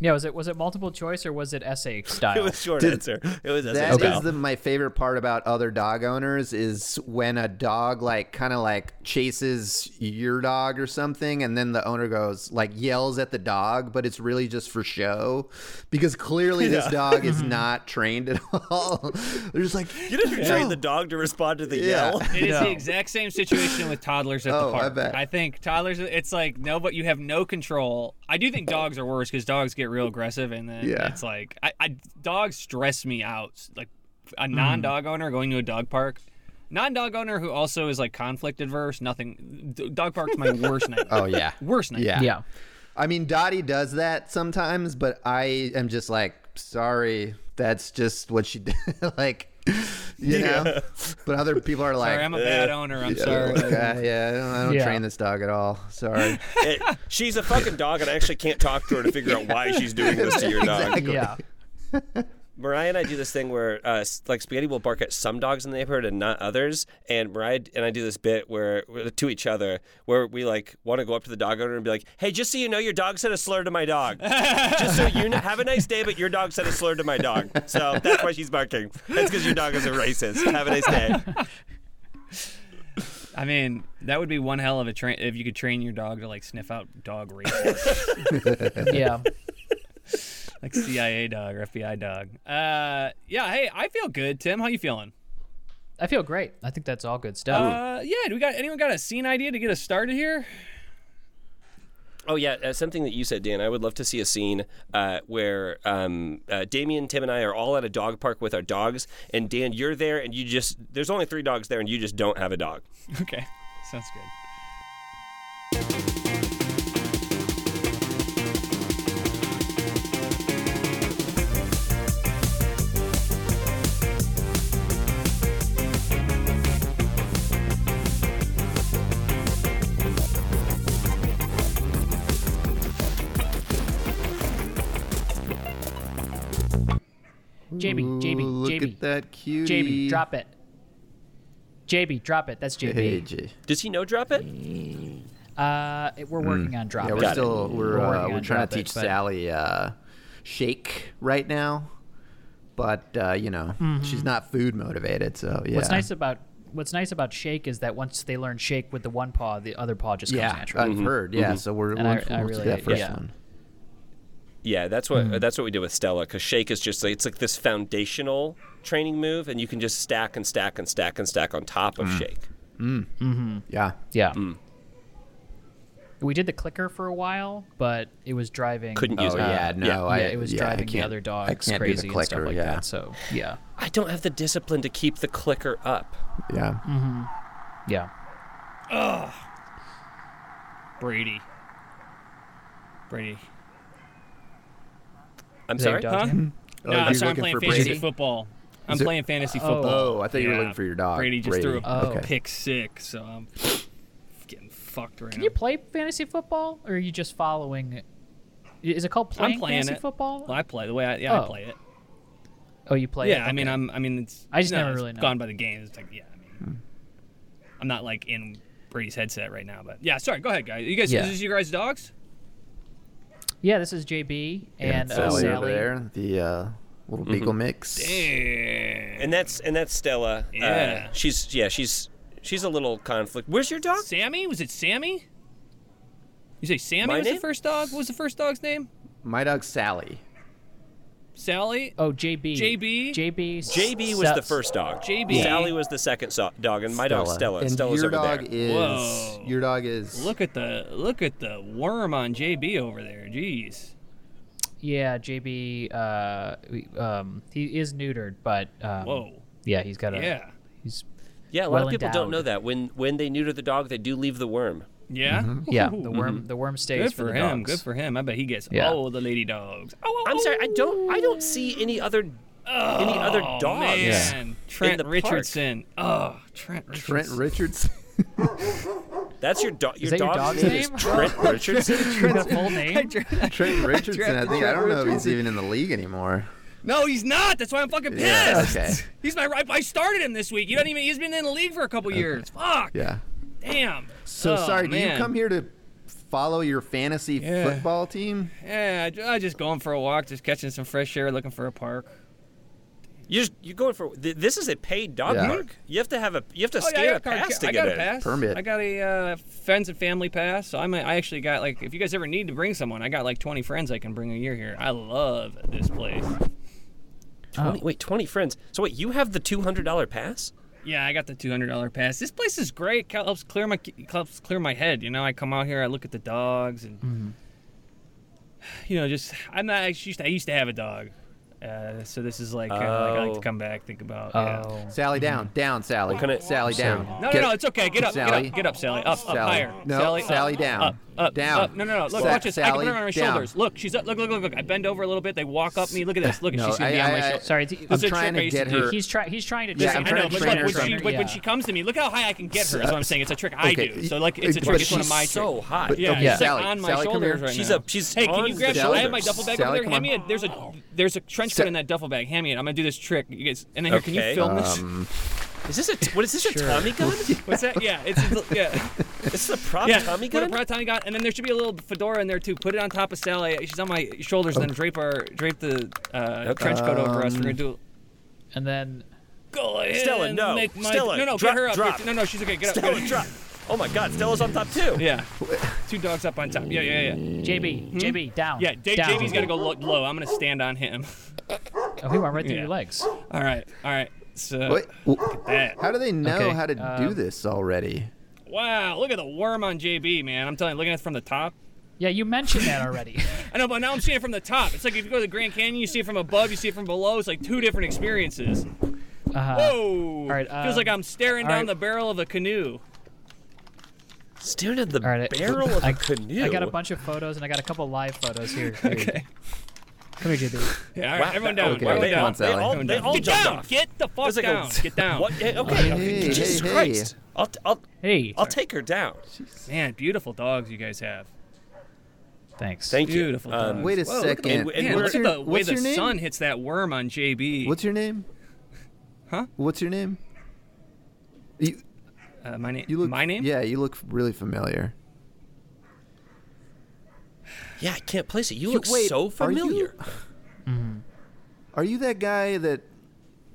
[SPEAKER 2] Yeah. Was it was it multiple choice or was it essay
[SPEAKER 3] it
[SPEAKER 2] style?
[SPEAKER 3] was short answer. It was
[SPEAKER 4] That is
[SPEAKER 3] essay style.
[SPEAKER 4] the, my favorite part about other dog owners is when a dog like kind of like chases your dog or something, and then the owner goes like yells at the dog, but it's really just for show because clearly this dog is
[SPEAKER 1] Mm-hmm.
[SPEAKER 4] not trained at all. They're just like,
[SPEAKER 3] You didn't train the dog to respond to the
[SPEAKER 4] Yeah.
[SPEAKER 3] yell.
[SPEAKER 1] It is
[SPEAKER 2] No.
[SPEAKER 1] the exact same situation with toddlers at
[SPEAKER 4] Oh,
[SPEAKER 1] the
[SPEAKER 4] I
[SPEAKER 1] park.
[SPEAKER 4] bet.
[SPEAKER 1] think toddlers. It's like no, but you have no control. I do think dogs are worse because dogs get real aggressive, and then
[SPEAKER 4] Yeah.
[SPEAKER 1] it's like I, I dogs stress me out. Like a non-dog owner going to a dog park, non-dog owner who also is like conflict adverse. Nothing. d- Dog park's my worst nightmare.
[SPEAKER 4] oh yeah,
[SPEAKER 1] Worst nightmare.
[SPEAKER 4] yeah,
[SPEAKER 2] yeah.
[SPEAKER 4] I mean, Dottie does that sometimes, but I am just like, sorry, that's just what she did. like, you know. But other people are like,
[SPEAKER 1] Sorry, I'm a bad owner. I'm
[SPEAKER 4] Yeah,
[SPEAKER 1] sorry.
[SPEAKER 4] like, uh, yeah, I don't, I don't
[SPEAKER 2] Yeah.
[SPEAKER 4] train this dog at all. Sorry.
[SPEAKER 3] It- she's a fucking dog, and I actually can't talk to her to figure out why she's doing this to your dog.
[SPEAKER 2] Yeah.
[SPEAKER 3] Mariah and I do this thing where uh, s- like Spaghetti will bark at some dogs in the neighborhood and not others. And Mariah and I do this bit where to each other where we like want to go up to the dog owner and be like, "Hey, just so you know, your dog said a slur to my dog. just so you know, have a nice day, but your dog said a slur to my dog. So that's why she's barking. That's because your dog is a racist. Have a nice day."
[SPEAKER 1] I mean, that would be one hell of a train if you could train your dog to like sniff out dog races.
[SPEAKER 2] Yeah.
[SPEAKER 1] like CIA dog or FBI dog. Uh, yeah. Hey, I feel good, Tim. How you feeling?
[SPEAKER 2] I feel great. I think that's all good stuff.
[SPEAKER 1] Uh, yeah. Do we got anyone got a scene idea to get us started here?
[SPEAKER 3] Oh yeah, uh, something that you said, Dan. I would love to see a scene uh, where um, uh, Damien, Tim, and I are all at a dog park with our dogs, and Dan, you're there, and you just there's only three dogs there, and you just don't have a dog.
[SPEAKER 1] Okay, sounds good.
[SPEAKER 2] JB, JB,
[SPEAKER 4] look
[SPEAKER 2] JB.
[SPEAKER 4] at that cutie.
[SPEAKER 2] JB, drop it. JB, drop it. That's JB.
[SPEAKER 4] Hey, J-
[SPEAKER 3] Does he know drop it?
[SPEAKER 2] Uh, it- we're working on drop
[SPEAKER 4] Mm. Yeah, we're
[SPEAKER 3] Got it.
[SPEAKER 2] it.
[SPEAKER 4] still we're
[SPEAKER 2] We're
[SPEAKER 4] uh,
[SPEAKER 2] working
[SPEAKER 4] we're
[SPEAKER 2] on
[SPEAKER 4] trying
[SPEAKER 2] drop
[SPEAKER 4] to
[SPEAKER 2] it,
[SPEAKER 4] teach
[SPEAKER 2] but-
[SPEAKER 4] Sally uh, shake right now, but uh, you know she's not food motivated. So yeah,
[SPEAKER 2] What's nice about what's nice about shake is that once they learn shake with the one paw, the other paw just comes
[SPEAKER 4] yeah,
[SPEAKER 2] naturally.
[SPEAKER 4] I've
[SPEAKER 1] Mm-hmm.
[SPEAKER 4] heard. Yeah, so we're
[SPEAKER 2] And
[SPEAKER 4] we'll,
[SPEAKER 2] I-
[SPEAKER 4] we'll
[SPEAKER 2] I
[SPEAKER 4] do
[SPEAKER 2] really-
[SPEAKER 4] that first
[SPEAKER 2] yeah.
[SPEAKER 4] one.
[SPEAKER 3] Yeah, that's what
[SPEAKER 2] Hmm.
[SPEAKER 3] that's what we did with Stella because Shake is just like it's like this foundational training move, and you can just stack and stack and stack and stack on top
[SPEAKER 2] Hmm.
[SPEAKER 3] of Shake.
[SPEAKER 4] Yeah,
[SPEAKER 2] yeah.
[SPEAKER 4] Mm.
[SPEAKER 2] We did the clicker for a while, but it was driving.
[SPEAKER 3] Couldn't
[SPEAKER 2] uh,
[SPEAKER 3] use
[SPEAKER 4] Oh
[SPEAKER 3] it.
[SPEAKER 4] yeah, no,
[SPEAKER 3] yeah.
[SPEAKER 4] I
[SPEAKER 2] yeah, it was
[SPEAKER 4] yeah, I
[SPEAKER 2] driving the
[SPEAKER 4] can't-
[SPEAKER 2] other
[SPEAKER 4] I
[SPEAKER 2] dogs
[SPEAKER 4] can't do the
[SPEAKER 2] crazy and stuff
[SPEAKER 4] clicker,
[SPEAKER 2] like
[SPEAKER 4] yeah.
[SPEAKER 2] that. So yeah,
[SPEAKER 3] I don't have the discipline to keep the clicker up.
[SPEAKER 4] Yeah,
[SPEAKER 2] yeah.
[SPEAKER 1] Brady. Brady.
[SPEAKER 3] I'm
[SPEAKER 2] Is that your
[SPEAKER 3] sorry.
[SPEAKER 2] dog's
[SPEAKER 1] Huh?
[SPEAKER 2] name?
[SPEAKER 4] Oh,
[SPEAKER 1] no,
[SPEAKER 4] you're
[SPEAKER 1] I'm sorry, I'm
[SPEAKER 4] looking
[SPEAKER 1] playing
[SPEAKER 4] for
[SPEAKER 1] fantasy
[SPEAKER 4] Brady?
[SPEAKER 1] football. I'm
[SPEAKER 4] it-
[SPEAKER 1] playing fantasy
[SPEAKER 2] Oh.
[SPEAKER 1] football.
[SPEAKER 4] Oh, I thought you were looking for your dog.
[SPEAKER 1] Brady just threw
[SPEAKER 4] Brady.
[SPEAKER 1] a
[SPEAKER 2] Oh.
[SPEAKER 4] Okay.
[SPEAKER 1] pick six, so I'm getting fucked right
[SPEAKER 2] Can
[SPEAKER 1] now.
[SPEAKER 2] you play fantasy football, or are you just following? Is it called playing,
[SPEAKER 1] I'm playing
[SPEAKER 2] fantasy
[SPEAKER 1] it.
[SPEAKER 2] football?
[SPEAKER 1] Well, I play the way I yeah,
[SPEAKER 2] Oh.
[SPEAKER 1] I play it.
[SPEAKER 2] oh, you play?
[SPEAKER 1] yeah,
[SPEAKER 2] it?
[SPEAKER 1] I mean
[SPEAKER 2] Okay.
[SPEAKER 1] I'm I mean it's
[SPEAKER 2] I just
[SPEAKER 1] no,
[SPEAKER 2] never
[SPEAKER 1] it's
[SPEAKER 2] really know.
[SPEAKER 1] gone by the game. It's like yeah, I mean I'm not like in Brady's headset right now, but yeah, sorry, go ahead guys. You guys
[SPEAKER 2] Yeah.
[SPEAKER 1] is this your guys dogs?
[SPEAKER 2] Yeah, this is JB and
[SPEAKER 4] And
[SPEAKER 2] uh,
[SPEAKER 4] Sally over
[SPEAKER 2] Sally.
[SPEAKER 4] there, the uh, little
[SPEAKER 1] Mm-hmm.
[SPEAKER 4] beagle mix.
[SPEAKER 1] Yeah.
[SPEAKER 3] And that's and that's Stella. Uh,
[SPEAKER 1] Yeah.
[SPEAKER 3] she's yeah she's she's a little conflict. Where's your dog?
[SPEAKER 1] Sammy? Was it Sammy? You say Sammy
[SPEAKER 3] My
[SPEAKER 1] was
[SPEAKER 3] name?
[SPEAKER 1] the first dog? What was the first dog's name?
[SPEAKER 4] My dog Sally.
[SPEAKER 1] Sally?
[SPEAKER 2] Oh, JB.
[SPEAKER 1] JB?
[SPEAKER 2] JB.
[SPEAKER 3] JB was the first dog.
[SPEAKER 1] JB.
[SPEAKER 3] Sally was the second so- dog, and my dog Stella.
[SPEAKER 4] And
[SPEAKER 3] Stella's
[SPEAKER 4] your
[SPEAKER 3] over
[SPEAKER 4] dog
[SPEAKER 3] there.
[SPEAKER 4] is
[SPEAKER 1] Whoa.
[SPEAKER 4] your dog is
[SPEAKER 1] Look at the look at the worm on JB over there. Jeez.
[SPEAKER 2] Yeah, JB. Uh, we- um, he is neutered, but um,
[SPEAKER 1] Whoa.
[SPEAKER 2] Yeah, he's got a.
[SPEAKER 1] Yeah.
[SPEAKER 2] He's
[SPEAKER 3] yeah, a lot
[SPEAKER 2] well
[SPEAKER 3] of people don't
[SPEAKER 2] endowed.
[SPEAKER 3] know that. When when they neuter the dog, they do leave the worm.
[SPEAKER 1] Yeah.
[SPEAKER 2] Mm-hmm. yeah. The worm. The worm stays
[SPEAKER 1] Good
[SPEAKER 2] for,
[SPEAKER 1] for,
[SPEAKER 2] the
[SPEAKER 1] him.
[SPEAKER 2] dogs.
[SPEAKER 1] Good for him. I bet he gets
[SPEAKER 2] Yeah.
[SPEAKER 1] all the lady dogs. Oh, oh,
[SPEAKER 3] I'm sorry, I
[SPEAKER 1] oh.
[SPEAKER 3] don't I don't see any other any other
[SPEAKER 1] Oh,
[SPEAKER 3] dogs.
[SPEAKER 1] Man. Trent
[SPEAKER 3] the park.
[SPEAKER 1] Richardson. Oh, Trent Richardson.
[SPEAKER 4] Trent Richards.
[SPEAKER 3] That's your dog. Your,
[SPEAKER 2] that your
[SPEAKER 3] dog's
[SPEAKER 2] dog's
[SPEAKER 3] name is
[SPEAKER 2] name?
[SPEAKER 3] Trent Richardson.
[SPEAKER 2] The full name.
[SPEAKER 4] Trent Richardson. I think I don't know if he's even in the league anymore.
[SPEAKER 1] No, he's not. That's why I'm fucking pissed.
[SPEAKER 4] Yeah. Okay.
[SPEAKER 1] He's my right. I started him this week. You don't even. He's been in the league for a couple years. Fuck.
[SPEAKER 4] Yeah.
[SPEAKER 1] Damn.
[SPEAKER 4] So
[SPEAKER 1] Oh,
[SPEAKER 4] sorry. Do
[SPEAKER 1] man.
[SPEAKER 4] you come here to follow your fantasy
[SPEAKER 1] Yeah.
[SPEAKER 4] football team?
[SPEAKER 1] Yeah, I ju- I just going for a walk, just catching some fresh air, looking for a park.
[SPEAKER 3] You're, you're going for th- this is a paid dog
[SPEAKER 4] Yeah.
[SPEAKER 3] park. You have to have a you have to
[SPEAKER 1] Oh,
[SPEAKER 3] scan
[SPEAKER 1] yeah, I got
[SPEAKER 3] a
[SPEAKER 1] a card.
[SPEAKER 3] pass to
[SPEAKER 1] I
[SPEAKER 3] get
[SPEAKER 1] got a
[SPEAKER 3] in.
[SPEAKER 1] pass.
[SPEAKER 4] Permit.
[SPEAKER 1] I got a uh, friends and family pass. So I'm a, I actually got like if you guys ever need to bring someone, I got like 20 friends I can bring a year here. I love this place.
[SPEAKER 3] 20, wait, twenty friends. So wait, you have the two hundred dollar pass?
[SPEAKER 1] Yeah, I got the $200 pass. This place is great. Cal- Helps clear my helps clear my head. You know, I come out here, I look at the dogs, and you know, just I'm not. I used to, I used to have a dog, uh, so this is like, kinda like I like
[SPEAKER 3] Oh.
[SPEAKER 1] to come back, think about. yeah.
[SPEAKER 2] Oh.
[SPEAKER 4] Sally
[SPEAKER 1] Mm-hmm.
[SPEAKER 4] down, down, Sally.
[SPEAKER 3] Can I-
[SPEAKER 4] Sally down.
[SPEAKER 1] No,
[SPEAKER 4] Get-
[SPEAKER 1] no, no, it's okay. Get up,
[SPEAKER 4] Sally.
[SPEAKER 1] get up, get up, Sally. Up,
[SPEAKER 4] Sally.
[SPEAKER 1] up higher.
[SPEAKER 4] No,
[SPEAKER 1] Sally, up,
[SPEAKER 4] Sally down.
[SPEAKER 1] Up, up,
[SPEAKER 4] Down.
[SPEAKER 1] Up. No, no, no. Look,
[SPEAKER 4] Sa-
[SPEAKER 1] watch this. I can
[SPEAKER 4] Sally,
[SPEAKER 1] put her on my
[SPEAKER 4] down.
[SPEAKER 1] shoulders. Look, she's up. Look, look, look, look. I bend over a little bit. They walk up me. Look at this. Look,
[SPEAKER 4] No,
[SPEAKER 1] she's gonna be
[SPEAKER 4] I-
[SPEAKER 1] on my
[SPEAKER 4] I-
[SPEAKER 1] shoulder.
[SPEAKER 2] Sorry, he-
[SPEAKER 1] This is
[SPEAKER 4] I'm
[SPEAKER 1] a
[SPEAKER 4] trying
[SPEAKER 1] trick I
[SPEAKER 4] to
[SPEAKER 1] used
[SPEAKER 4] get
[SPEAKER 1] to do.
[SPEAKER 4] her.
[SPEAKER 2] He's trying. He's trying to.
[SPEAKER 4] Yeah,
[SPEAKER 1] Listen,
[SPEAKER 4] I'm
[SPEAKER 1] I
[SPEAKER 2] train
[SPEAKER 1] know,
[SPEAKER 4] trying to
[SPEAKER 1] but
[SPEAKER 4] train her
[SPEAKER 1] look, when
[SPEAKER 4] from-
[SPEAKER 1] she, when, when
[SPEAKER 2] yeah.
[SPEAKER 1] she comes to me, look how high I can get her. That's what I'm saying. It's a trick I
[SPEAKER 4] Okay.
[SPEAKER 1] do. So like, it's a
[SPEAKER 4] But
[SPEAKER 1] trick. It's one
[SPEAKER 4] she's
[SPEAKER 1] of my
[SPEAKER 3] so high.
[SPEAKER 4] But-
[SPEAKER 1] Yeah,
[SPEAKER 4] okay,
[SPEAKER 1] she's
[SPEAKER 4] Sally,
[SPEAKER 1] like on my
[SPEAKER 4] Sally, come
[SPEAKER 1] shoulders
[SPEAKER 4] here.
[SPEAKER 1] right
[SPEAKER 3] She's
[SPEAKER 1] now.
[SPEAKER 3] up- she's
[SPEAKER 1] Hey, can
[SPEAKER 3] on
[SPEAKER 1] you grab?
[SPEAKER 3] the
[SPEAKER 1] Should I have my
[SPEAKER 3] shoulders.
[SPEAKER 1] duffel bag
[SPEAKER 4] Sally,
[SPEAKER 1] over there?
[SPEAKER 4] come
[SPEAKER 1] Hand me
[SPEAKER 4] on.
[SPEAKER 1] a. There's a. There's a trench
[SPEAKER 4] Sa-
[SPEAKER 1] coat in that duffel bag. Hand me it. I'm gonna do this trick. You guys, and then here, can you
[SPEAKER 3] Okay.
[SPEAKER 1] film this?
[SPEAKER 3] Is this a t- what is this a Tommy gun?
[SPEAKER 1] What's that? Yeah, it's it's- yeah.
[SPEAKER 3] this is a prop
[SPEAKER 1] Yeah,
[SPEAKER 3] Tommy
[SPEAKER 1] put a
[SPEAKER 3] gun.
[SPEAKER 1] bra Tommy gun, and then there should be a little fedora in there too. Put it on top of Sally. She's on my shoulders, and then drape our drape the uh,
[SPEAKER 3] Okay.
[SPEAKER 1] trench coat over us. We're gonna do.
[SPEAKER 2] and then
[SPEAKER 1] Go ahead.
[SPEAKER 3] Stella,
[SPEAKER 1] and
[SPEAKER 3] no.
[SPEAKER 1] Make my,
[SPEAKER 3] Stella,
[SPEAKER 1] no, no,
[SPEAKER 3] drop-
[SPEAKER 1] get her up.
[SPEAKER 3] drop.
[SPEAKER 1] No, no, she's okay. Get up.
[SPEAKER 3] Stella,
[SPEAKER 1] good.
[SPEAKER 3] drop. Oh my God, Stella's on top too.
[SPEAKER 1] Yeah, two dogs up on top. Yeah, yeah, yeah.
[SPEAKER 2] JB. JB down.
[SPEAKER 1] Hmm. Yeah, J-
[SPEAKER 2] down.
[SPEAKER 1] JB's gotta go look low. I'm gonna stand on him.
[SPEAKER 2] Oh, he went right through
[SPEAKER 1] Yeah.
[SPEAKER 2] your legs.
[SPEAKER 1] All right, all right. So
[SPEAKER 4] Wait, w-
[SPEAKER 1] that.
[SPEAKER 4] how do they know
[SPEAKER 2] Okay,
[SPEAKER 4] how
[SPEAKER 1] Uh,
[SPEAKER 4] to do this already?
[SPEAKER 1] Wow, look at the worm on JB, man. I'm telling you, looking at it from the top.
[SPEAKER 2] Yeah, you mentioned that already.
[SPEAKER 1] I know, but now I'm seeing it from the top. It's like if you go to the Grand Canyon, you see it from above, you see it from below. It's like two different experiences.
[SPEAKER 2] Uh,
[SPEAKER 1] Whoa! All
[SPEAKER 2] right,
[SPEAKER 1] Feels
[SPEAKER 2] um,
[SPEAKER 1] like I'm staring
[SPEAKER 2] all
[SPEAKER 1] down
[SPEAKER 2] right.
[SPEAKER 1] the barrel of a canoe.
[SPEAKER 3] Staring at the
[SPEAKER 2] All right, I-
[SPEAKER 3] barrel of
[SPEAKER 2] I-
[SPEAKER 3] a canoe.
[SPEAKER 2] I got a bunch of photos and I got a couple live photos here. okay. Come here, JB.
[SPEAKER 1] Yeah, all right,
[SPEAKER 3] Wow,
[SPEAKER 1] everyone
[SPEAKER 3] that-
[SPEAKER 1] down.
[SPEAKER 4] okay,
[SPEAKER 1] everyone
[SPEAKER 3] They,
[SPEAKER 4] come
[SPEAKER 1] down.
[SPEAKER 3] all,
[SPEAKER 4] on,
[SPEAKER 3] they
[SPEAKER 4] Sally.
[SPEAKER 3] all,
[SPEAKER 1] Everyone
[SPEAKER 3] they
[SPEAKER 1] down.
[SPEAKER 3] all
[SPEAKER 1] Get
[SPEAKER 3] jumped
[SPEAKER 1] down.
[SPEAKER 3] off.
[SPEAKER 1] Get the fuck
[SPEAKER 3] There's like a-
[SPEAKER 1] down. Get down.
[SPEAKER 3] What? Hey, Okay. okay,
[SPEAKER 4] hey,
[SPEAKER 3] Jesus
[SPEAKER 4] hey.
[SPEAKER 3] Christ. I'll, t- I'll,
[SPEAKER 2] Hey.
[SPEAKER 3] I'll take her down.
[SPEAKER 1] Man, beautiful dogs you guys have.
[SPEAKER 2] Thanks.
[SPEAKER 3] Thank you.
[SPEAKER 1] Beautiful.
[SPEAKER 3] Um,
[SPEAKER 1] dogs.
[SPEAKER 4] Wait a
[SPEAKER 1] Whoa, look at-
[SPEAKER 4] second.
[SPEAKER 3] and- and
[SPEAKER 1] Man,
[SPEAKER 3] we're-
[SPEAKER 1] look at the way
[SPEAKER 4] what's
[SPEAKER 1] the
[SPEAKER 4] your name?
[SPEAKER 1] sun hits that worm on JB.
[SPEAKER 4] What's your name?
[SPEAKER 1] Huh?
[SPEAKER 4] What's your name? You,
[SPEAKER 1] uh, my name?
[SPEAKER 4] you look.
[SPEAKER 1] my name?
[SPEAKER 4] Yeah, you look really familiar.
[SPEAKER 3] Yeah, I can't place it. You,
[SPEAKER 4] You-
[SPEAKER 3] look
[SPEAKER 4] wait,
[SPEAKER 3] so
[SPEAKER 4] are you-
[SPEAKER 3] familiar.
[SPEAKER 4] Are you that guy that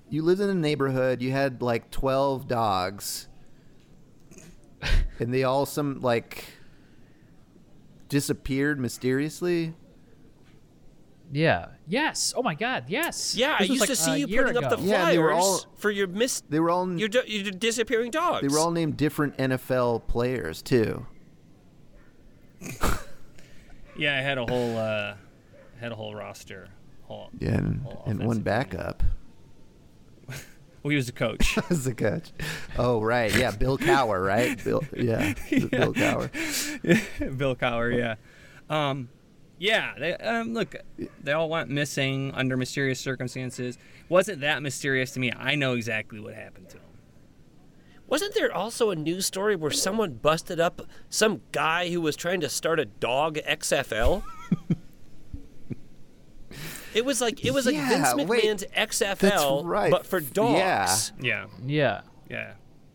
[SPEAKER 4] you lived in a neighborhood? You had like twelve dogs, and they all some like disappeared mysteriously.
[SPEAKER 2] Yeah. Yes. Oh my God. Yes.
[SPEAKER 3] Yeah, I
[SPEAKER 2] This was
[SPEAKER 3] used
[SPEAKER 2] like
[SPEAKER 3] to see
[SPEAKER 2] a
[SPEAKER 3] you
[SPEAKER 2] year
[SPEAKER 3] putting up
[SPEAKER 2] ago.
[SPEAKER 3] the flyers
[SPEAKER 4] Yeah, they were all-
[SPEAKER 3] for your miss.
[SPEAKER 4] They were all
[SPEAKER 3] Your, do- your disappearing dogs.
[SPEAKER 4] they were all named different NFL players too.
[SPEAKER 1] Yeah, I had a whole, uh, I had a whole roster. Whole,
[SPEAKER 4] Yeah, and,
[SPEAKER 1] All
[SPEAKER 4] and one
[SPEAKER 1] Oh, offensive
[SPEAKER 4] backup
[SPEAKER 1] Well, he was the coach.
[SPEAKER 4] as the coach. Oh right, yeah, Bill Cower, right? Bill, yeah, Bill Cower.
[SPEAKER 1] Bill Cower, yeah. Um, yeah, they, um, look, they all went missing under mysterious circumstances. Wasn't that mysterious to me? I know exactly what happened to him.
[SPEAKER 3] Wasn't there also a news story where someone busted up some guy who was trying to start a dog XFL? it was like it was like
[SPEAKER 4] Yeah,
[SPEAKER 3] Vince
[SPEAKER 4] wait,
[SPEAKER 3] McMahon's XFL,
[SPEAKER 4] right.
[SPEAKER 3] but for
[SPEAKER 4] F-
[SPEAKER 3] dogs.
[SPEAKER 1] Yeah,
[SPEAKER 4] yeah.
[SPEAKER 2] Yeah.
[SPEAKER 1] yeah.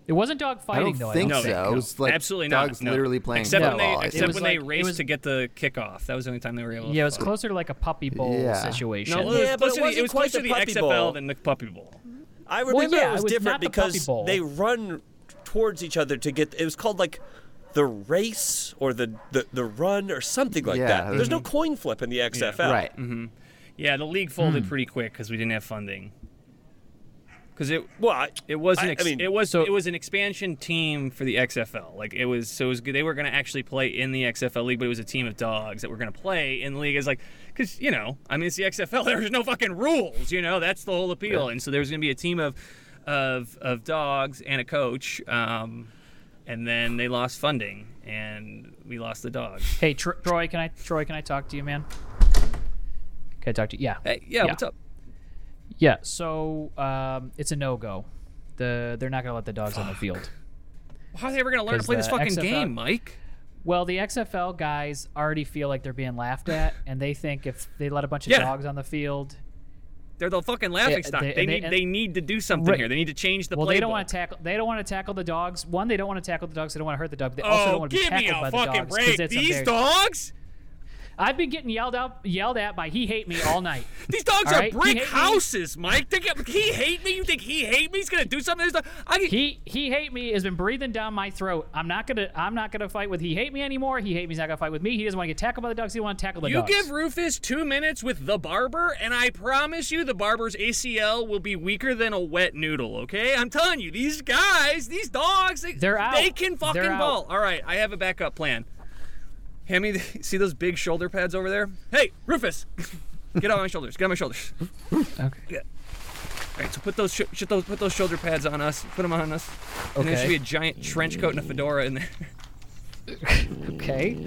[SPEAKER 2] It wasn't dog
[SPEAKER 4] I
[SPEAKER 2] fighting
[SPEAKER 4] don't
[SPEAKER 2] though.
[SPEAKER 4] think
[SPEAKER 1] No,
[SPEAKER 2] I don't
[SPEAKER 4] so.
[SPEAKER 1] they-
[SPEAKER 4] It
[SPEAKER 1] no.
[SPEAKER 4] was like
[SPEAKER 1] Absolutely not.
[SPEAKER 4] dogs
[SPEAKER 1] no.
[SPEAKER 4] literally playing
[SPEAKER 1] Except when
[SPEAKER 4] football, I
[SPEAKER 1] they,
[SPEAKER 4] think.
[SPEAKER 2] It
[SPEAKER 1] except
[SPEAKER 2] was
[SPEAKER 1] when
[SPEAKER 2] like-
[SPEAKER 1] they
[SPEAKER 2] it
[SPEAKER 1] raced
[SPEAKER 2] was-
[SPEAKER 1] to get the kickoff. That was the only time they were able. to
[SPEAKER 2] Yeah, it was
[SPEAKER 1] fight.
[SPEAKER 2] closer to like a puppy bowl
[SPEAKER 4] Yeah.
[SPEAKER 2] situation.
[SPEAKER 1] No,
[SPEAKER 3] Yeah,
[SPEAKER 1] it was
[SPEAKER 3] but it
[SPEAKER 1] closer to the-
[SPEAKER 3] wasn't
[SPEAKER 1] it was
[SPEAKER 3] quite
[SPEAKER 1] closer to
[SPEAKER 3] the
[SPEAKER 1] the
[SPEAKER 3] Puppy
[SPEAKER 1] XFL
[SPEAKER 3] Bowl.
[SPEAKER 1] than the Puppy Bowl.
[SPEAKER 3] I remember
[SPEAKER 2] yeah,
[SPEAKER 3] it was
[SPEAKER 2] it was
[SPEAKER 3] different
[SPEAKER 2] not the
[SPEAKER 3] because
[SPEAKER 2] Puppy Bowl.
[SPEAKER 3] they run towards each other to get. It was called like the race or the the, the run or something like
[SPEAKER 4] Yeah,
[SPEAKER 3] that. There's no
[SPEAKER 4] mhm.
[SPEAKER 3] coin flip in the XFL.
[SPEAKER 4] Right.
[SPEAKER 1] Yeah, the league folded pretty quick because we didn't have funding. Because it
[SPEAKER 3] Well, I,
[SPEAKER 1] It was an
[SPEAKER 3] I-
[SPEAKER 1] ex-
[SPEAKER 3] I mean,
[SPEAKER 1] it was
[SPEAKER 2] so-
[SPEAKER 1] it was an expansion team for the XFL. Like it was so it was good. They were going to actually play in the XFL league, but it was a team of dogs that were going to play in the league. Is like because you know I mean it's the XFL. There's no fucking rules. You know that's the whole appeal. And so there was going to be a team of of of dogs and a coach. Um, and then they lost funding, and we lost the dogs.
[SPEAKER 2] Hey, Tro- Troy, can I Troy, can I talk to you, man? Can I talk to you? Yeah.
[SPEAKER 1] Hey, yeah, what's up?
[SPEAKER 2] Yeah. So um, it's a no go. The they're not gonna let the dogs on the field.
[SPEAKER 1] How are they ever going to learn to
[SPEAKER 2] 'Cause
[SPEAKER 1] play this
[SPEAKER 2] the
[SPEAKER 1] fucking
[SPEAKER 2] XFL
[SPEAKER 1] game, Mike?
[SPEAKER 2] Well, the XFL guys already feel like they're being laughed at, and they think if they let a bunch of
[SPEAKER 1] Yeah.
[SPEAKER 2] dogs on the field,
[SPEAKER 1] They're the fucking laughing stock.
[SPEAKER 2] they-
[SPEAKER 1] They,
[SPEAKER 2] and they-
[SPEAKER 1] need
[SPEAKER 2] and-
[SPEAKER 1] they need to do something
[SPEAKER 2] Right.
[SPEAKER 1] here. They need to change the
[SPEAKER 2] well,
[SPEAKER 1] playbook.
[SPEAKER 2] they don't want to tackle. They don't want to tackle the dogs. One, they don't want to tackle the dogs. They don't want to hurt the dog. They
[SPEAKER 1] Oh,
[SPEAKER 2] also don't want to be tackled by the dogs 'cause it's embarrassing.
[SPEAKER 1] dogs,
[SPEAKER 2] I've been getting yelled out, yelled at by he hate me all night.
[SPEAKER 1] these dogs
[SPEAKER 2] All right, he hate me.
[SPEAKER 1] Mike. They get, he hate me. You think he hate me? He's gonna do something. to this dog? I get-
[SPEAKER 2] He he hate me has been breathing down my throat. I'm not gonna I'm not gonna fight with he hate me anymore. He hate me's not gonna fight with me. He doesn't want to get tackled by the dogs. He want to tackle the
[SPEAKER 1] you
[SPEAKER 2] dogs.
[SPEAKER 1] give Rufus two minutes with the barber, and I promise you, the barber's ACL will be weaker than a wet noodle. Okay, I'm telling you, these guys, these dogs, they,
[SPEAKER 2] They're out.
[SPEAKER 1] They can
[SPEAKER 2] They're
[SPEAKER 1] fucking
[SPEAKER 2] out.
[SPEAKER 1] ball. All right, I have a backup plan. Hand me, the, see those big shoulder pads over there? Hey, Rufus, get on my shoulders. Get on my shoulders.
[SPEAKER 2] okay.
[SPEAKER 1] All right, so put those sh- sh- those put those shoulder pads on us. Put them on us. And there
[SPEAKER 2] Okay.
[SPEAKER 1] should be a giant trench coat and a fedora in there.
[SPEAKER 2] Okay.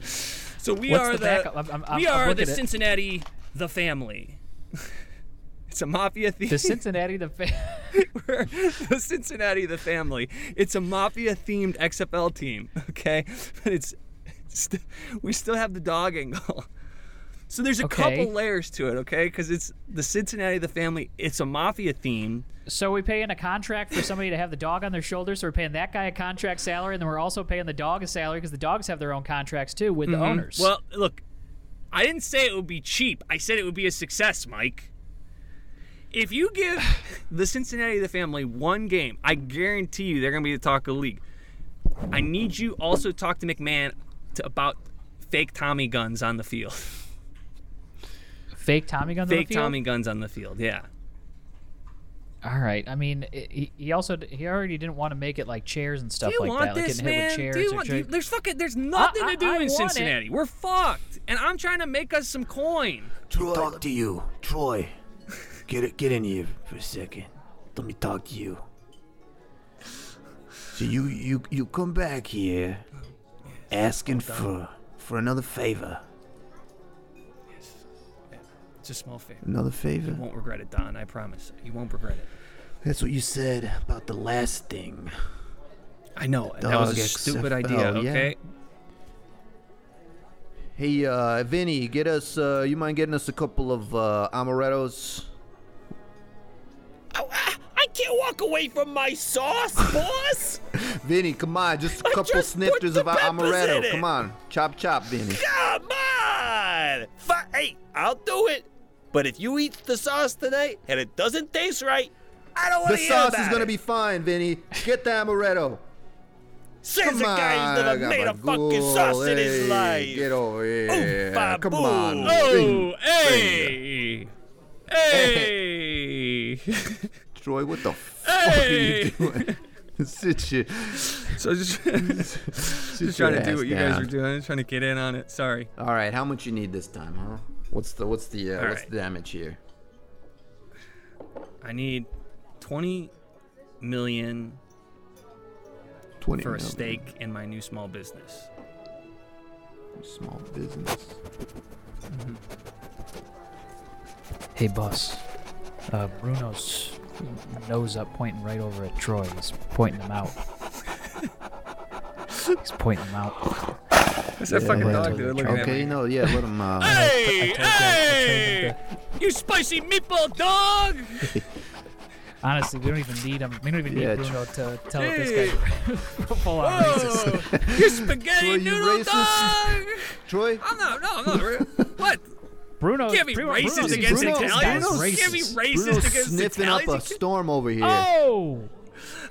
[SPEAKER 1] So we
[SPEAKER 2] What's
[SPEAKER 1] are
[SPEAKER 2] the
[SPEAKER 1] the,
[SPEAKER 2] backup? I'm- I'm- I'm-
[SPEAKER 1] we
[SPEAKER 2] I'm
[SPEAKER 1] are the
[SPEAKER 2] looking at-
[SPEAKER 1] Cincinnati the family. it's a mafia theme.
[SPEAKER 2] The Cincinnati the fa-
[SPEAKER 1] We're the Cincinnati the family. It's a mafia themed XFL team. Okay, but it's, it's st- we still have the dog angle. So there's a
[SPEAKER 2] Okay.
[SPEAKER 1] couple layers to it, okay? Because it's the Cincinnati the family. It's a mafia theme.
[SPEAKER 2] So we paying a contract for somebody to have the dog on their shoulders. So we're paying that guy a contract salary, and then we're also paying the dog a salary because the dogs have their own contracts too with
[SPEAKER 1] Mm-hmm.
[SPEAKER 2] the owners.
[SPEAKER 1] Well, look, I didn't say it would be cheap. I said it would be a success, Mike. If you give the Cincinnati the family one game, I guarantee you they're going to be the talk of the league. I need you also talk to McMahon to, about fake Tommy guns on the field.
[SPEAKER 2] fake Tommy guns. on the
[SPEAKER 1] fake
[SPEAKER 2] field?
[SPEAKER 1] Tommy guns on the field. Yeah.
[SPEAKER 2] All right. I mean, i- he, he also d- he already didn't want to make it like chairs and stuff
[SPEAKER 1] Do you
[SPEAKER 2] like
[SPEAKER 1] want
[SPEAKER 2] that, like
[SPEAKER 1] this,
[SPEAKER 2] getting hit with
[SPEAKER 1] man?
[SPEAKER 2] chairs.
[SPEAKER 1] Do you
[SPEAKER 2] or
[SPEAKER 1] want?
[SPEAKER 2] tra-
[SPEAKER 1] you- there's fucking. There's nothing
[SPEAKER 2] I-
[SPEAKER 1] to do
[SPEAKER 2] I
[SPEAKER 1] in
[SPEAKER 2] want it.
[SPEAKER 1] Cincinnati. We're fucked, and I'm trying to make us some coin.
[SPEAKER 5] talk to you, Troy. Get get in here for a second. Let me talk to you. So you you you come back here, asking for for another favor.
[SPEAKER 1] It's a small favor.
[SPEAKER 5] Another
[SPEAKER 1] You
[SPEAKER 5] favor.
[SPEAKER 1] won't regret it, Don. I promise. You won't regret it.
[SPEAKER 5] That's what you said about the last thing.
[SPEAKER 1] I know. and that was a
[SPEAKER 5] Dog XFL,
[SPEAKER 1] stupid idea,
[SPEAKER 5] yeah.
[SPEAKER 1] okay?
[SPEAKER 4] Hey, uh, Vinny, get us. Uh, you mind getting us a couple of uh, amarettos?
[SPEAKER 3] Oh, ah, I can't walk away from my sauce, boss.
[SPEAKER 4] Vinny, come on, just a
[SPEAKER 3] I
[SPEAKER 4] couple
[SPEAKER 3] just put
[SPEAKER 4] snifters
[SPEAKER 3] the
[SPEAKER 4] of our
[SPEAKER 3] peppers in
[SPEAKER 4] amaretto.
[SPEAKER 3] it.
[SPEAKER 4] Come on, chop chop, Vinny.
[SPEAKER 3] Come on. Fi- hey, I'll do it. But if you eat the sauce tonight and it doesn't taste right, I don't want
[SPEAKER 4] The
[SPEAKER 3] to hear
[SPEAKER 4] sauce is
[SPEAKER 3] about
[SPEAKER 4] gonna
[SPEAKER 3] it.
[SPEAKER 4] be fine, Vinny. Get the amaretto.
[SPEAKER 3] Says
[SPEAKER 4] Come
[SPEAKER 3] the
[SPEAKER 4] on,
[SPEAKER 3] guy who's
[SPEAKER 4] I
[SPEAKER 3] never
[SPEAKER 4] got
[SPEAKER 3] made
[SPEAKER 4] my
[SPEAKER 3] a fucking sauce in
[SPEAKER 4] hey,
[SPEAKER 3] his life.
[SPEAKER 4] Get over here.
[SPEAKER 3] Oompa
[SPEAKER 4] Come
[SPEAKER 3] boo.
[SPEAKER 4] on.
[SPEAKER 1] Oh,
[SPEAKER 4] Vin-
[SPEAKER 1] hey. Hey.
[SPEAKER 4] Troy, what the fuck are
[SPEAKER 1] hey.
[SPEAKER 4] you doing? Sit your,
[SPEAKER 1] So just, just
[SPEAKER 4] sit
[SPEAKER 1] trying
[SPEAKER 4] your
[SPEAKER 1] to do
[SPEAKER 4] ass
[SPEAKER 1] what you guys
[SPEAKER 4] down.
[SPEAKER 1] are doing, trying to get in on it. Sorry.
[SPEAKER 4] All right, how much you need this time, huh? What's the what's the uh,
[SPEAKER 1] All
[SPEAKER 4] what's
[SPEAKER 1] right.
[SPEAKER 4] the damage here?
[SPEAKER 1] I need 20 million
[SPEAKER 4] Twenty
[SPEAKER 1] for a
[SPEAKER 4] million.
[SPEAKER 1] stake in my new small business.
[SPEAKER 4] Small business.
[SPEAKER 2] Hey, boss. Uh, Bruno's nose up, pointing right over at Troy. He's pointing him out. He's pointing him out.
[SPEAKER 1] That's that fucking
[SPEAKER 4] Yeah.
[SPEAKER 1] dog dude looking
[SPEAKER 4] Okay,
[SPEAKER 1] at me.
[SPEAKER 4] no, yeah, let him. Uh,
[SPEAKER 1] Hey,
[SPEAKER 2] I told you, I told you.
[SPEAKER 1] hey! You spicy meatball dog!
[SPEAKER 2] Honestly, we don't even need him. We don't even need
[SPEAKER 4] Yeah,
[SPEAKER 2] Bruno to tell
[SPEAKER 1] Hey.
[SPEAKER 2] this guy full on racist.
[SPEAKER 1] Whoa, you spaghetti
[SPEAKER 4] Were you
[SPEAKER 1] noodle
[SPEAKER 4] racist?
[SPEAKER 1] dog!
[SPEAKER 4] Troy,
[SPEAKER 1] I'm not, no, I'm not. re- What?
[SPEAKER 2] Bruno
[SPEAKER 1] Can't be
[SPEAKER 2] Bruno-
[SPEAKER 1] racist
[SPEAKER 2] Bruno's-
[SPEAKER 1] against
[SPEAKER 2] Bruno's
[SPEAKER 1] Italians.
[SPEAKER 2] guy's
[SPEAKER 1] Can't be
[SPEAKER 2] racist.
[SPEAKER 1] racist
[SPEAKER 4] Bruno's
[SPEAKER 1] against
[SPEAKER 4] sniffing
[SPEAKER 1] Italians.
[SPEAKER 4] up a
[SPEAKER 1] You can't-
[SPEAKER 4] storm over here.
[SPEAKER 2] Oh!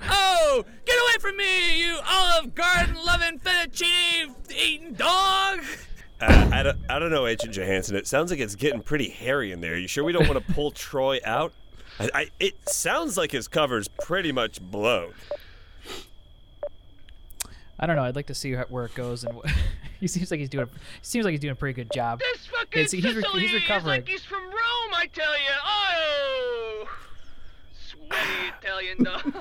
[SPEAKER 1] Oh, get away from me, you Olive Garden loving fettuccine eating dog!
[SPEAKER 3] Uh, I, don't, I don't know, Agent Johansson. It sounds like it's getting pretty hairy in there. You sure we don't want to pull Troy out? I, I, it sounds like his cover's pretty much blown.
[SPEAKER 2] I don't know. I'd like to see how- where it goes, and wh- he seems like he's doing. Seems like he's doing a pretty good job.
[SPEAKER 6] This fucking
[SPEAKER 2] Yeah, see, he's re-
[SPEAKER 6] Sicily
[SPEAKER 2] he's
[SPEAKER 6] is
[SPEAKER 2] recovering.
[SPEAKER 6] like he's from Rome, I tell you. Oh, sweaty Italian dog.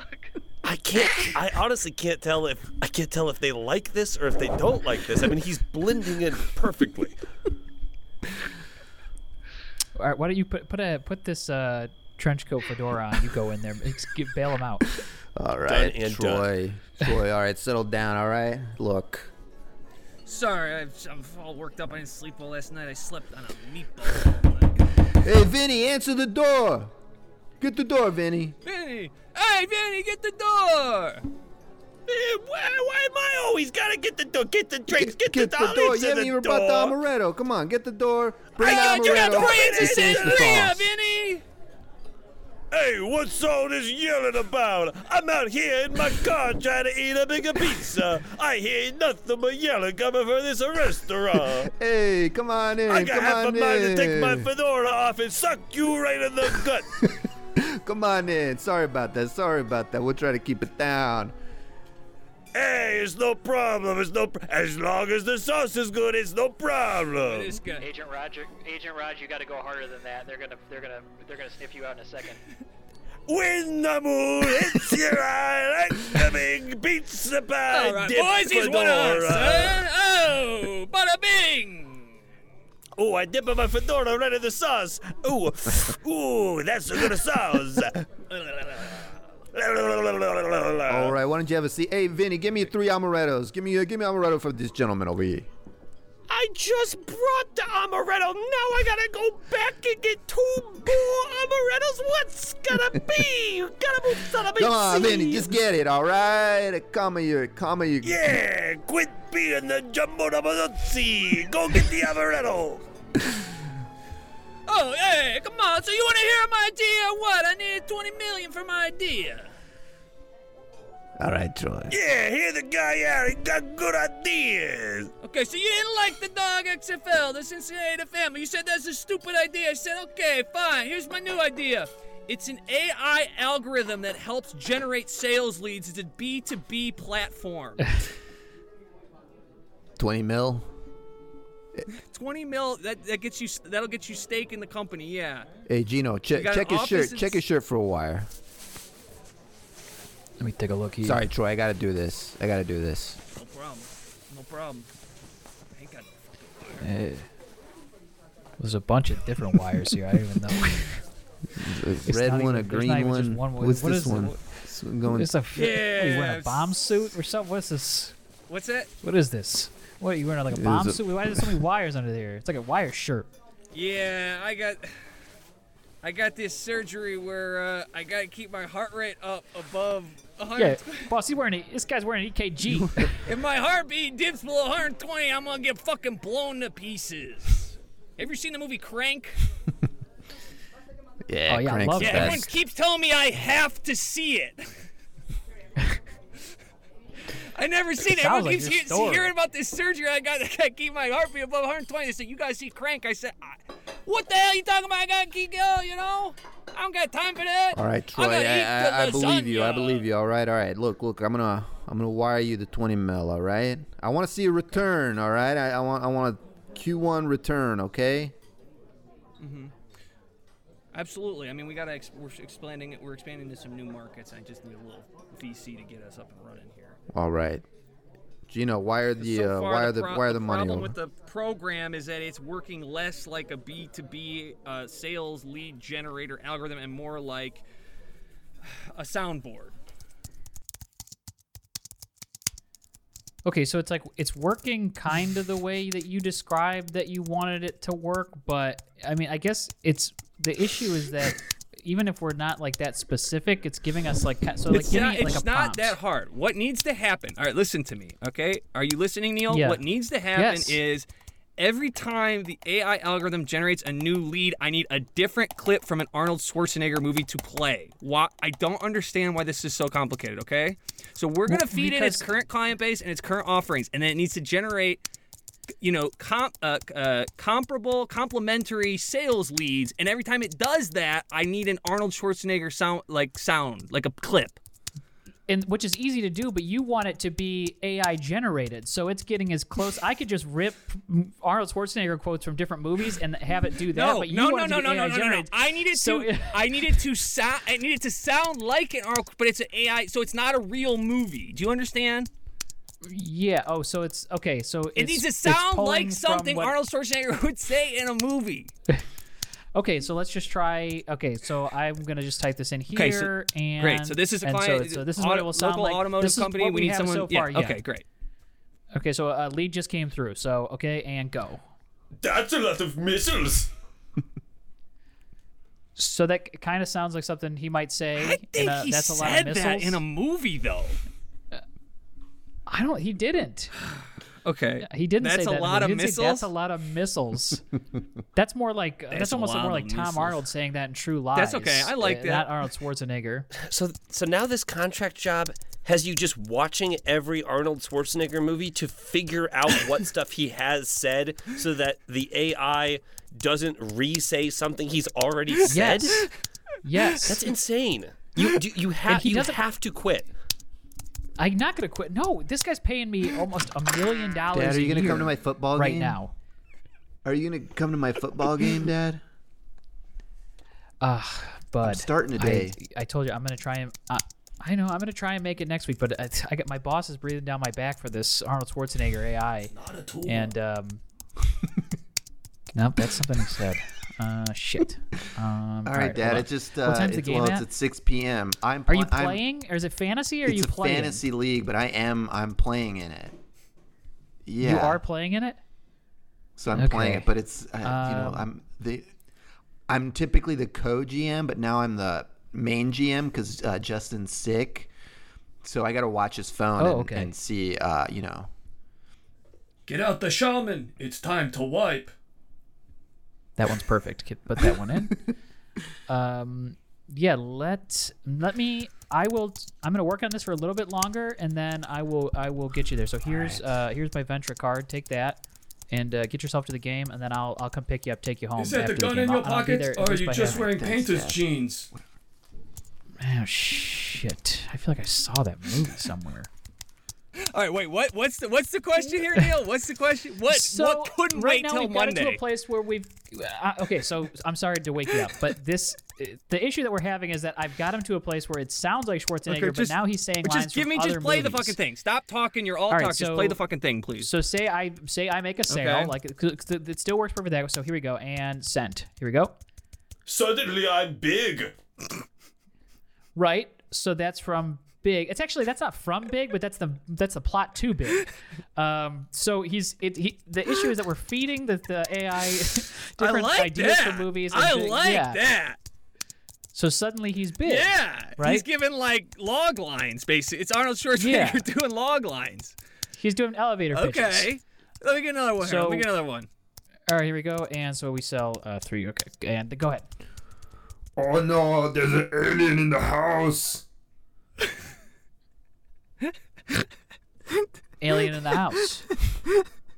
[SPEAKER 3] I can't. I honestly can't tell if I can't tell if they like this or if they don't like this. I mean, he's blending in perfectly.
[SPEAKER 2] All right, why don't you put put a put this uh, trench coat fedora on? You go in there, ex- get, bail him out.
[SPEAKER 4] All right,
[SPEAKER 3] and done.
[SPEAKER 4] Troy. Troy, all right, settle down, all right? Look,
[SPEAKER 1] Sorry, I'm, I'm all worked up. I didn't sleep well last night. I slept on a meatball.
[SPEAKER 4] Hey, Vinny, answer the door. Get the door, Vinny.
[SPEAKER 1] Vinny! Hey, Vinny, get the door!
[SPEAKER 3] Eh, Why, why am I always gotta get the door? Get the drinks. Get,
[SPEAKER 4] Get the
[SPEAKER 3] olives
[SPEAKER 4] door.
[SPEAKER 3] in
[SPEAKER 4] You haven't
[SPEAKER 3] the
[SPEAKER 4] even
[SPEAKER 3] door.
[SPEAKER 4] brought the amaretto. Come on, get the door. Bring
[SPEAKER 3] got-
[SPEAKER 4] the
[SPEAKER 3] you got
[SPEAKER 4] amaretto.
[SPEAKER 3] the
[SPEAKER 4] and
[SPEAKER 3] Francis
[SPEAKER 4] finish
[SPEAKER 3] and
[SPEAKER 4] the sauce.
[SPEAKER 1] Vinny!
[SPEAKER 3] Hey, what's all this yelling about? I'm out here in my car trying to eat a bigger pizza. I hear nothing but yelling coming from this restaurant.
[SPEAKER 4] Hey, come on in.
[SPEAKER 3] I got
[SPEAKER 4] come
[SPEAKER 3] half a
[SPEAKER 4] on
[SPEAKER 3] mind to
[SPEAKER 4] in.
[SPEAKER 3] take my fedora off and suck you right in the gut.
[SPEAKER 4] come on in. Sorry about that. Sorry about that. We'll try to keep it down.
[SPEAKER 3] hey, it's no problem. It's no. Pr- as long as the sauce is good, it's no problem.
[SPEAKER 1] This guy.
[SPEAKER 6] Agent Roger, Agent Roger, you got to go harder than that. They're gonna, they're gonna, they're gonna sniff you out in a second.
[SPEAKER 3] When the moon hits your eye like the big pizza pie
[SPEAKER 1] All right,
[SPEAKER 3] dip
[SPEAKER 1] boys, he's one of us,
[SPEAKER 3] fedora.
[SPEAKER 1] huh? Oh, bada bing!
[SPEAKER 3] Ooh, I dip in my fedora right in the sauce. Ooh, ooh, that's a good sauce.
[SPEAKER 4] All
[SPEAKER 3] All
[SPEAKER 4] right, why don't you have a seat? Hey, Vinny, give me three amarettos. Give me, uh, give me amaretto for this gentleman over here.
[SPEAKER 3] I just brought the amaretto. Now I gotta go back and get two more amarettos. What's gonna be? You gotta move son of a
[SPEAKER 4] Come on, Vinny,
[SPEAKER 3] bitch.
[SPEAKER 4] just get it. All right, come here, come here.
[SPEAKER 3] Yeah, quit being the jumbo double Go get the amaretto.
[SPEAKER 1] Oh, hey, come on. So you want to hear my idea or what? I needed 20 million for my idea.
[SPEAKER 4] All right, Troy.
[SPEAKER 3] Yeah, hear the guy out. He got good ideas.
[SPEAKER 1] Okay, so you didn't like the dog XFL, the Cincinnati family. You said that's a stupid idea. I said, okay, fine. Here's my new idea. It's an AI algorithm that helps generate sales leads. It's a B2B platform.
[SPEAKER 4] 20 mil.
[SPEAKER 1] 20 mil, that, that gets you, that'll get you stake in the company, yeah.
[SPEAKER 4] Hey, Gino, che-
[SPEAKER 1] got
[SPEAKER 4] check
[SPEAKER 1] an
[SPEAKER 4] his shirt.
[SPEAKER 1] office in
[SPEAKER 4] Check his
[SPEAKER 1] s-
[SPEAKER 4] shirt for a wire.
[SPEAKER 2] Let me take a look here.
[SPEAKER 4] Sorry, Troy, I gotta do this. I gotta do this.
[SPEAKER 1] No problem. No problem. I ain't got no fucking
[SPEAKER 2] Hey. There's a bunch of different wires here. I don't even know.
[SPEAKER 4] A
[SPEAKER 2] not
[SPEAKER 4] red one,
[SPEAKER 2] even-
[SPEAKER 4] a
[SPEAKER 2] there's
[SPEAKER 4] green
[SPEAKER 2] not even just
[SPEAKER 4] one.
[SPEAKER 2] one. What-
[SPEAKER 4] What's
[SPEAKER 2] what is
[SPEAKER 4] this
[SPEAKER 2] it?
[SPEAKER 4] one?
[SPEAKER 2] What-
[SPEAKER 4] This one going-
[SPEAKER 2] It's a. f- what, are you wearing
[SPEAKER 1] Yeah.
[SPEAKER 2] a bomb suit or something? What's this?
[SPEAKER 1] What's that?
[SPEAKER 2] What is this? What you wearing? Like a bomb suit? Why is there so many wires under there? It's like a wire shirt.
[SPEAKER 1] Yeah, I got I got this surgery where uh, I gotta keep my heart rate up above
[SPEAKER 2] Yeah,
[SPEAKER 1] 100.
[SPEAKER 2] boss, he's wearing. A, this guy's wearing an E EKG.
[SPEAKER 1] If my heartbeat dips below 120, I'm gonna get fucking blown to pieces. Have you seen the movie Crank?
[SPEAKER 4] Yeah,
[SPEAKER 2] Oh, yeah, I
[SPEAKER 4] Crank's
[SPEAKER 2] love
[SPEAKER 4] the
[SPEAKER 2] that.
[SPEAKER 1] Everyone
[SPEAKER 4] best.
[SPEAKER 1] keeps telling me I have to see it. I never seen it.
[SPEAKER 2] Sounds
[SPEAKER 1] Everyone
[SPEAKER 2] like
[SPEAKER 1] keeps
[SPEAKER 2] your
[SPEAKER 1] hear-
[SPEAKER 2] story.
[SPEAKER 1] hearing about this surgery I got to keep my heartbeat above 120. They said, You guys see Crank? I said, I, What the hell you talking about? I got to keep going, you know? I don't got time for that.
[SPEAKER 4] All right, Troy,
[SPEAKER 1] I'm gonna
[SPEAKER 4] I,
[SPEAKER 1] eat the
[SPEAKER 4] I, I believe you. I
[SPEAKER 1] lasagna."
[SPEAKER 4] believe you. All right, all right. Look, look, I'm gonna I'm gonna wire you the 20 mil. All right. I want to see a return. All right. I, I want I want a Q1 return. Okay.
[SPEAKER 1] Absolutely. I mean, we got to ex- we're expanding it. We're expanding to some new markets. I just need a little VC to get us up and running here.
[SPEAKER 4] All right. Gino, wire the
[SPEAKER 1] so
[SPEAKER 4] uh,
[SPEAKER 1] far,
[SPEAKER 4] wire the,
[SPEAKER 1] the, pro-
[SPEAKER 4] wire the,
[SPEAKER 1] the
[SPEAKER 4] money.
[SPEAKER 1] problem
[SPEAKER 4] Over.
[SPEAKER 1] with the program is that it's working less like a b2b uh, sales lead generator algorithm and more like a soundboard
[SPEAKER 2] okay, so it's like it's working kind of the way that you described that you wanted it to work, but I mean, I guess it's the issue is that even if we're not like that specific, it's giving us like ki- so like
[SPEAKER 1] it's
[SPEAKER 2] giving
[SPEAKER 1] not,
[SPEAKER 2] it like
[SPEAKER 1] it's
[SPEAKER 2] a
[SPEAKER 1] not
[SPEAKER 2] prompt.
[SPEAKER 1] that hard what needs to happen all right listen to me okay are you listening neil
[SPEAKER 2] Yeah.
[SPEAKER 1] what needs to happen
[SPEAKER 2] Yes.
[SPEAKER 1] is every time the ai algorithm generates a new lead i need a different clip from an arnold schwarzenegger movie to play why i don't understand why this is so complicated okay so we're going to feed it its
[SPEAKER 2] because-
[SPEAKER 1] current client base and its current offerings and then it needs to generate you know, com- uh, uh, comparable, complementary sales leads, and every time it does that, I need an Arnold Schwarzenegger sound, like sound, like a clip.
[SPEAKER 2] and which is easy to do, but you want it to be AI generated, so it's getting as close. I could just rip Arnold Schwarzenegger quotes from different movies and have it do that.
[SPEAKER 1] No,
[SPEAKER 2] but you
[SPEAKER 1] no, no,
[SPEAKER 2] want
[SPEAKER 1] no,
[SPEAKER 2] it to
[SPEAKER 1] no,
[SPEAKER 2] be
[SPEAKER 1] no,
[SPEAKER 2] AI
[SPEAKER 1] no, no, no.
[SPEAKER 2] generated.
[SPEAKER 1] I need it
[SPEAKER 2] So-
[SPEAKER 1] to, I need it to sound, I need it to sound like an Arnold, but it's an AI, so it's not a real movie. Do you understand?
[SPEAKER 2] Yeah. Oh, so it's okay. So
[SPEAKER 1] It
[SPEAKER 2] it's,
[SPEAKER 1] needs to
[SPEAKER 2] it's
[SPEAKER 1] sound
[SPEAKER 2] pulling
[SPEAKER 1] like
[SPEAKER 2] from
[SPEAKER 1] something
[SPEAKER 2] what-
[SPEAKER 1] Arnold Schwarzenegger would say in a movie.
[SPEAKER 2] Okay, so let's just try. Okay, so I'm gonna just type this in here.
[SPEAKER 1] Okay, so-
[SPEAKER 2] and
[SPEAKER 1] Great. So this is a
[SPEAKER 2] and so
[SPEAKER 1] client.
[SPEAKER 2] it's- So, this is what it
[SPEAKER 1] auto-
[SPEAKER 2] will sound
[SPEAKER 1] local
[SPEAKER 2] like.
[SPEAKER 1] automotive
[SPEAKER 2] This is
[SPEAKER 1] company.
[SPEAKER 2] what
[SPEAKER 1] we,
[SPEAKER 2] we,
[SPEAKER 1] need
[SPEAKER 2] have
[SPEAKER 1] someone.
[SPEAKER 2] so far.
[SPEAKER 1] yeah. Okay. Great.
[SPEAKER 2] Okay, so a lead just came through. So okay, and go.
[SPEAKER 3] That's a lot of missiles.
[SPEAKER 2] So that kind of sounds like something he might say.
[SPEAKER 1] I think
[SPEAKER 2] and, uh,
[SPEAKER 1] he
[SPEAKER 2] that's a lot
[SPEAKER 1] said
[SPEAKER 2] of
[SPEAKER 1] that
[SPEAKER 2] missiles.
[SPEAKER 1] in a movie though.
[SPEAKER 2] I don't. He didn't.
[SPEAKER 1] Okay.
[SPEAKER 2] He didn't
[SPEAKER 1] That's a
[SPEAKER 2] say that. in the
[SPEAKER 1] lot of
[SPEAKER 2] movie. He didn't say, that's a
[SPEAKER 1] missiles?"
[SPEAKER 2] lot of missiles. that's more like uh, that's,
[SPEAKER 1] a
[SPEAKER 2] almost more
[SPEAKER 1] lot
[SPEAKER 2] like
[SPEAKER 1] of
[SPEAKER 2] Tom
[SPEAKER 1] missiles.
[SPEAKER 2] Arnold saying that in True Lies.
[SPEAKER 1] That's okay, I like
[SPEAKER 2] uh,
[SPEAKER 1] that.
[SPEAKER 2] Not Arnold Schwarzenegger.
[SPEAKER 3] So so now this contract job has you just watching every Arnold Schwarzenegger movie to figure out what stuff he has said so that the AI doesn't re-say something he's already said.
[SPEAKER 2] Yes. Yes.
[SPEAKER 3] That's insane. You do, you
[SPEAKER 2] And
[SPEAKER 3] have
[SPEAKER 2] he
[SPEAKER 3] you
[SPEAKER 2] doesn't-
[SPEAKER 3] have to quit.
[SPEAKER 2] I'm not gonna quit. No, this guy's paying me almost a million dollars.
[SPEAKER 4] Dad, are
[SPEAKER 2] a
[SPEAKER 4] you gonna come
[SPEAKER 2] year
[SPEAKER 4] to my football
[SPEAKER 2] right
[SPEAKER 4] game
[SPEAKER 2] now?
[SPEAKER 4] Are you gonna come to my football game, Dad?
[SPEAKER 2] Bud,
[SPEAKER 4] starting today.
[SPEAKER 2] I, I told you I'm gonna try and. Uh, I know I'm gonna try and make it next week, but I, I got my boss is breathing down my back for this Arnold Schwarzenegger AI. And um, nope, that's something he said. Uh, shit. Um,
[SPEAKER 4] All right, Dad. It's just uh,
[SPEAKER 2] what time's the
[SPEAKER 4] it's,
[SPEAKER 2] game
[SPEAKER 4] well, it's
[SPEAKER 2] at?
[SPEAKER 4] at 6 p.m. I'm.
[SPEAKER 2] Are you
[SPEAKER 4] pla- I'm-
[SPEAKER 2] playing, or is it fantasy? Or are
[SPEAKER 4] It's
[SPEAKER 2] you
[SPEAKER 4] a
[SPEAKER 2] playing?
[SPEAKER 4] fantasy league, but I am. I'm playing in it. Yeah.
[SPEAKER 2] You are playing in it.
[SPEAKER 4] So I'm
[SPEAKER 2] Okay.
[SPEAKER 4] playing
[SPEAKER 2] Um,
[SPEAKER 4] it, but it's uh, you know I'm the I'm typically the co GM, but now I'm the main GM because uh, Justin's sick, so I got to watch his phone
[SPEAKER 2] Oh,
[SPEAKER 4] and,
[SPEAKER 2] okay.
[SPEAKER 4] and see uh, you know.
[SPEAKER 7] Get out the shaman. It's time to wipe.
[SPEAKER 2] That one's perfect. Kid- Put that one in. um, yeah, let let me. I will. I'm gonna work on this for a little bit longer, and then I will. I will get you there. So here's uh, here's my venture card. Take that, and uh, get yourself to the game, and then I'll I'll come pick you up, take you home.
[SPEAKER 7] Is that
[SPEAKER 2] after
[SPEAKER 7] the gun
[SPEAKER 2] game.
[SPEAKER 7] in your
[SPEAKER 2] I'll- I'll be there
[SPEAKER 7] pocket,
[SPEAKER 2] at
[SPEAKER 7] or are
[SPEAKER 2] least
[SPEAKER 7] you
[SPEAKER 2] by
[SPEAKER 7] just
[SPEAKER 2] half-
[SPEAKER 7] wearing painter's jeans?
[SPEAKER 2] Oh shit! I feel like I saw that movie somewhere.
[SPEAKER 1] All right, wait. What? What's the What's the question here, Neil? What's the question? What?
[SPEAKER 2] So
[SPEAKER 1] what couldn't
[SPEAKER 2] right
[SPEAKER 1] wait
[SPEAKER 2] now
[SPEAKER 1] till
[SPEAKER 2] we've
[SPEAKER 1] Monday?
[SPEAKER 2] got it to a place where we've. Uh, okay, so I'm sorry to wake you up, but this uh, the issue that we're having is that I've got him to a place where it sounds like Schwarzenegger,
[SPEAKER 1] Okay, just-
[SPEAKER 2] but now he's saying lines
[SPEAKER 1] just give
[SPEAKER 2] from
[SPEAKER 1] me,
[SPEAKER 2] other
[SPEAKER 1] just play the
[SPEAKER 2] movies.
[SPEAKER 1] fucking thing. Stop talking. You're all,
[SPEAKER 2] All right,
[SPEAKER 1] talk. just play
[SPEAKER 2] so-
[SPEAKER 1] the fucking thing, please.
[SPEAKER 2] So say I say I make a sale,
[SPEAKER 1] Okay.
[SPEAKER 2] like 'cause it it still works perfect. That so here we go and sent. Here we go.
[SPEAKER 3] Suddenly I'm big.
[SPEAKER 2] Right. So that's from Big. It's actually that's not from Big, but that's the that's the plot to Big. Um, so he's it. He, the issue is that we're feeding the, the AI
[SPEAKER 6] I
[SPEAKER 2] different
[SPEAKER 6] like
[SPEAKER 2] ideas
[SPEAKER 6] that.
[SPEAKER 2] for movies. and
[SPEAKER 6] I
[SPEAKER 2] thi-
[SPEAKER 6] like
[SPEAKER 2] yeah.
[SPEAKER 6] that.
[SPEAKER 2] So suddenly he's Big.
[SPEAKER 6] Yeah, he's
[SPEAKER 2] Right?
[SPEAKER 6] giving like log lines. Basically, it's Arnold Schwarzenegger
[SPEAKER 2] Yeah.
[SPEAKER 6] doing log lines.
[SPEAKER 2] He's doing elevator pitches.
[SPEAKER 6] Okay, let me get another one. here. Let me
[SPEAKER 2] So-
[SPEAKER 6] get another one.
[SPEAKER 2] All right, here we go. And so we sell uh, three. Okay, and go ahead.
[SPEAKER 8] Oh no, there's an alien in the house.
[SPEAKER 2] Alien in the house.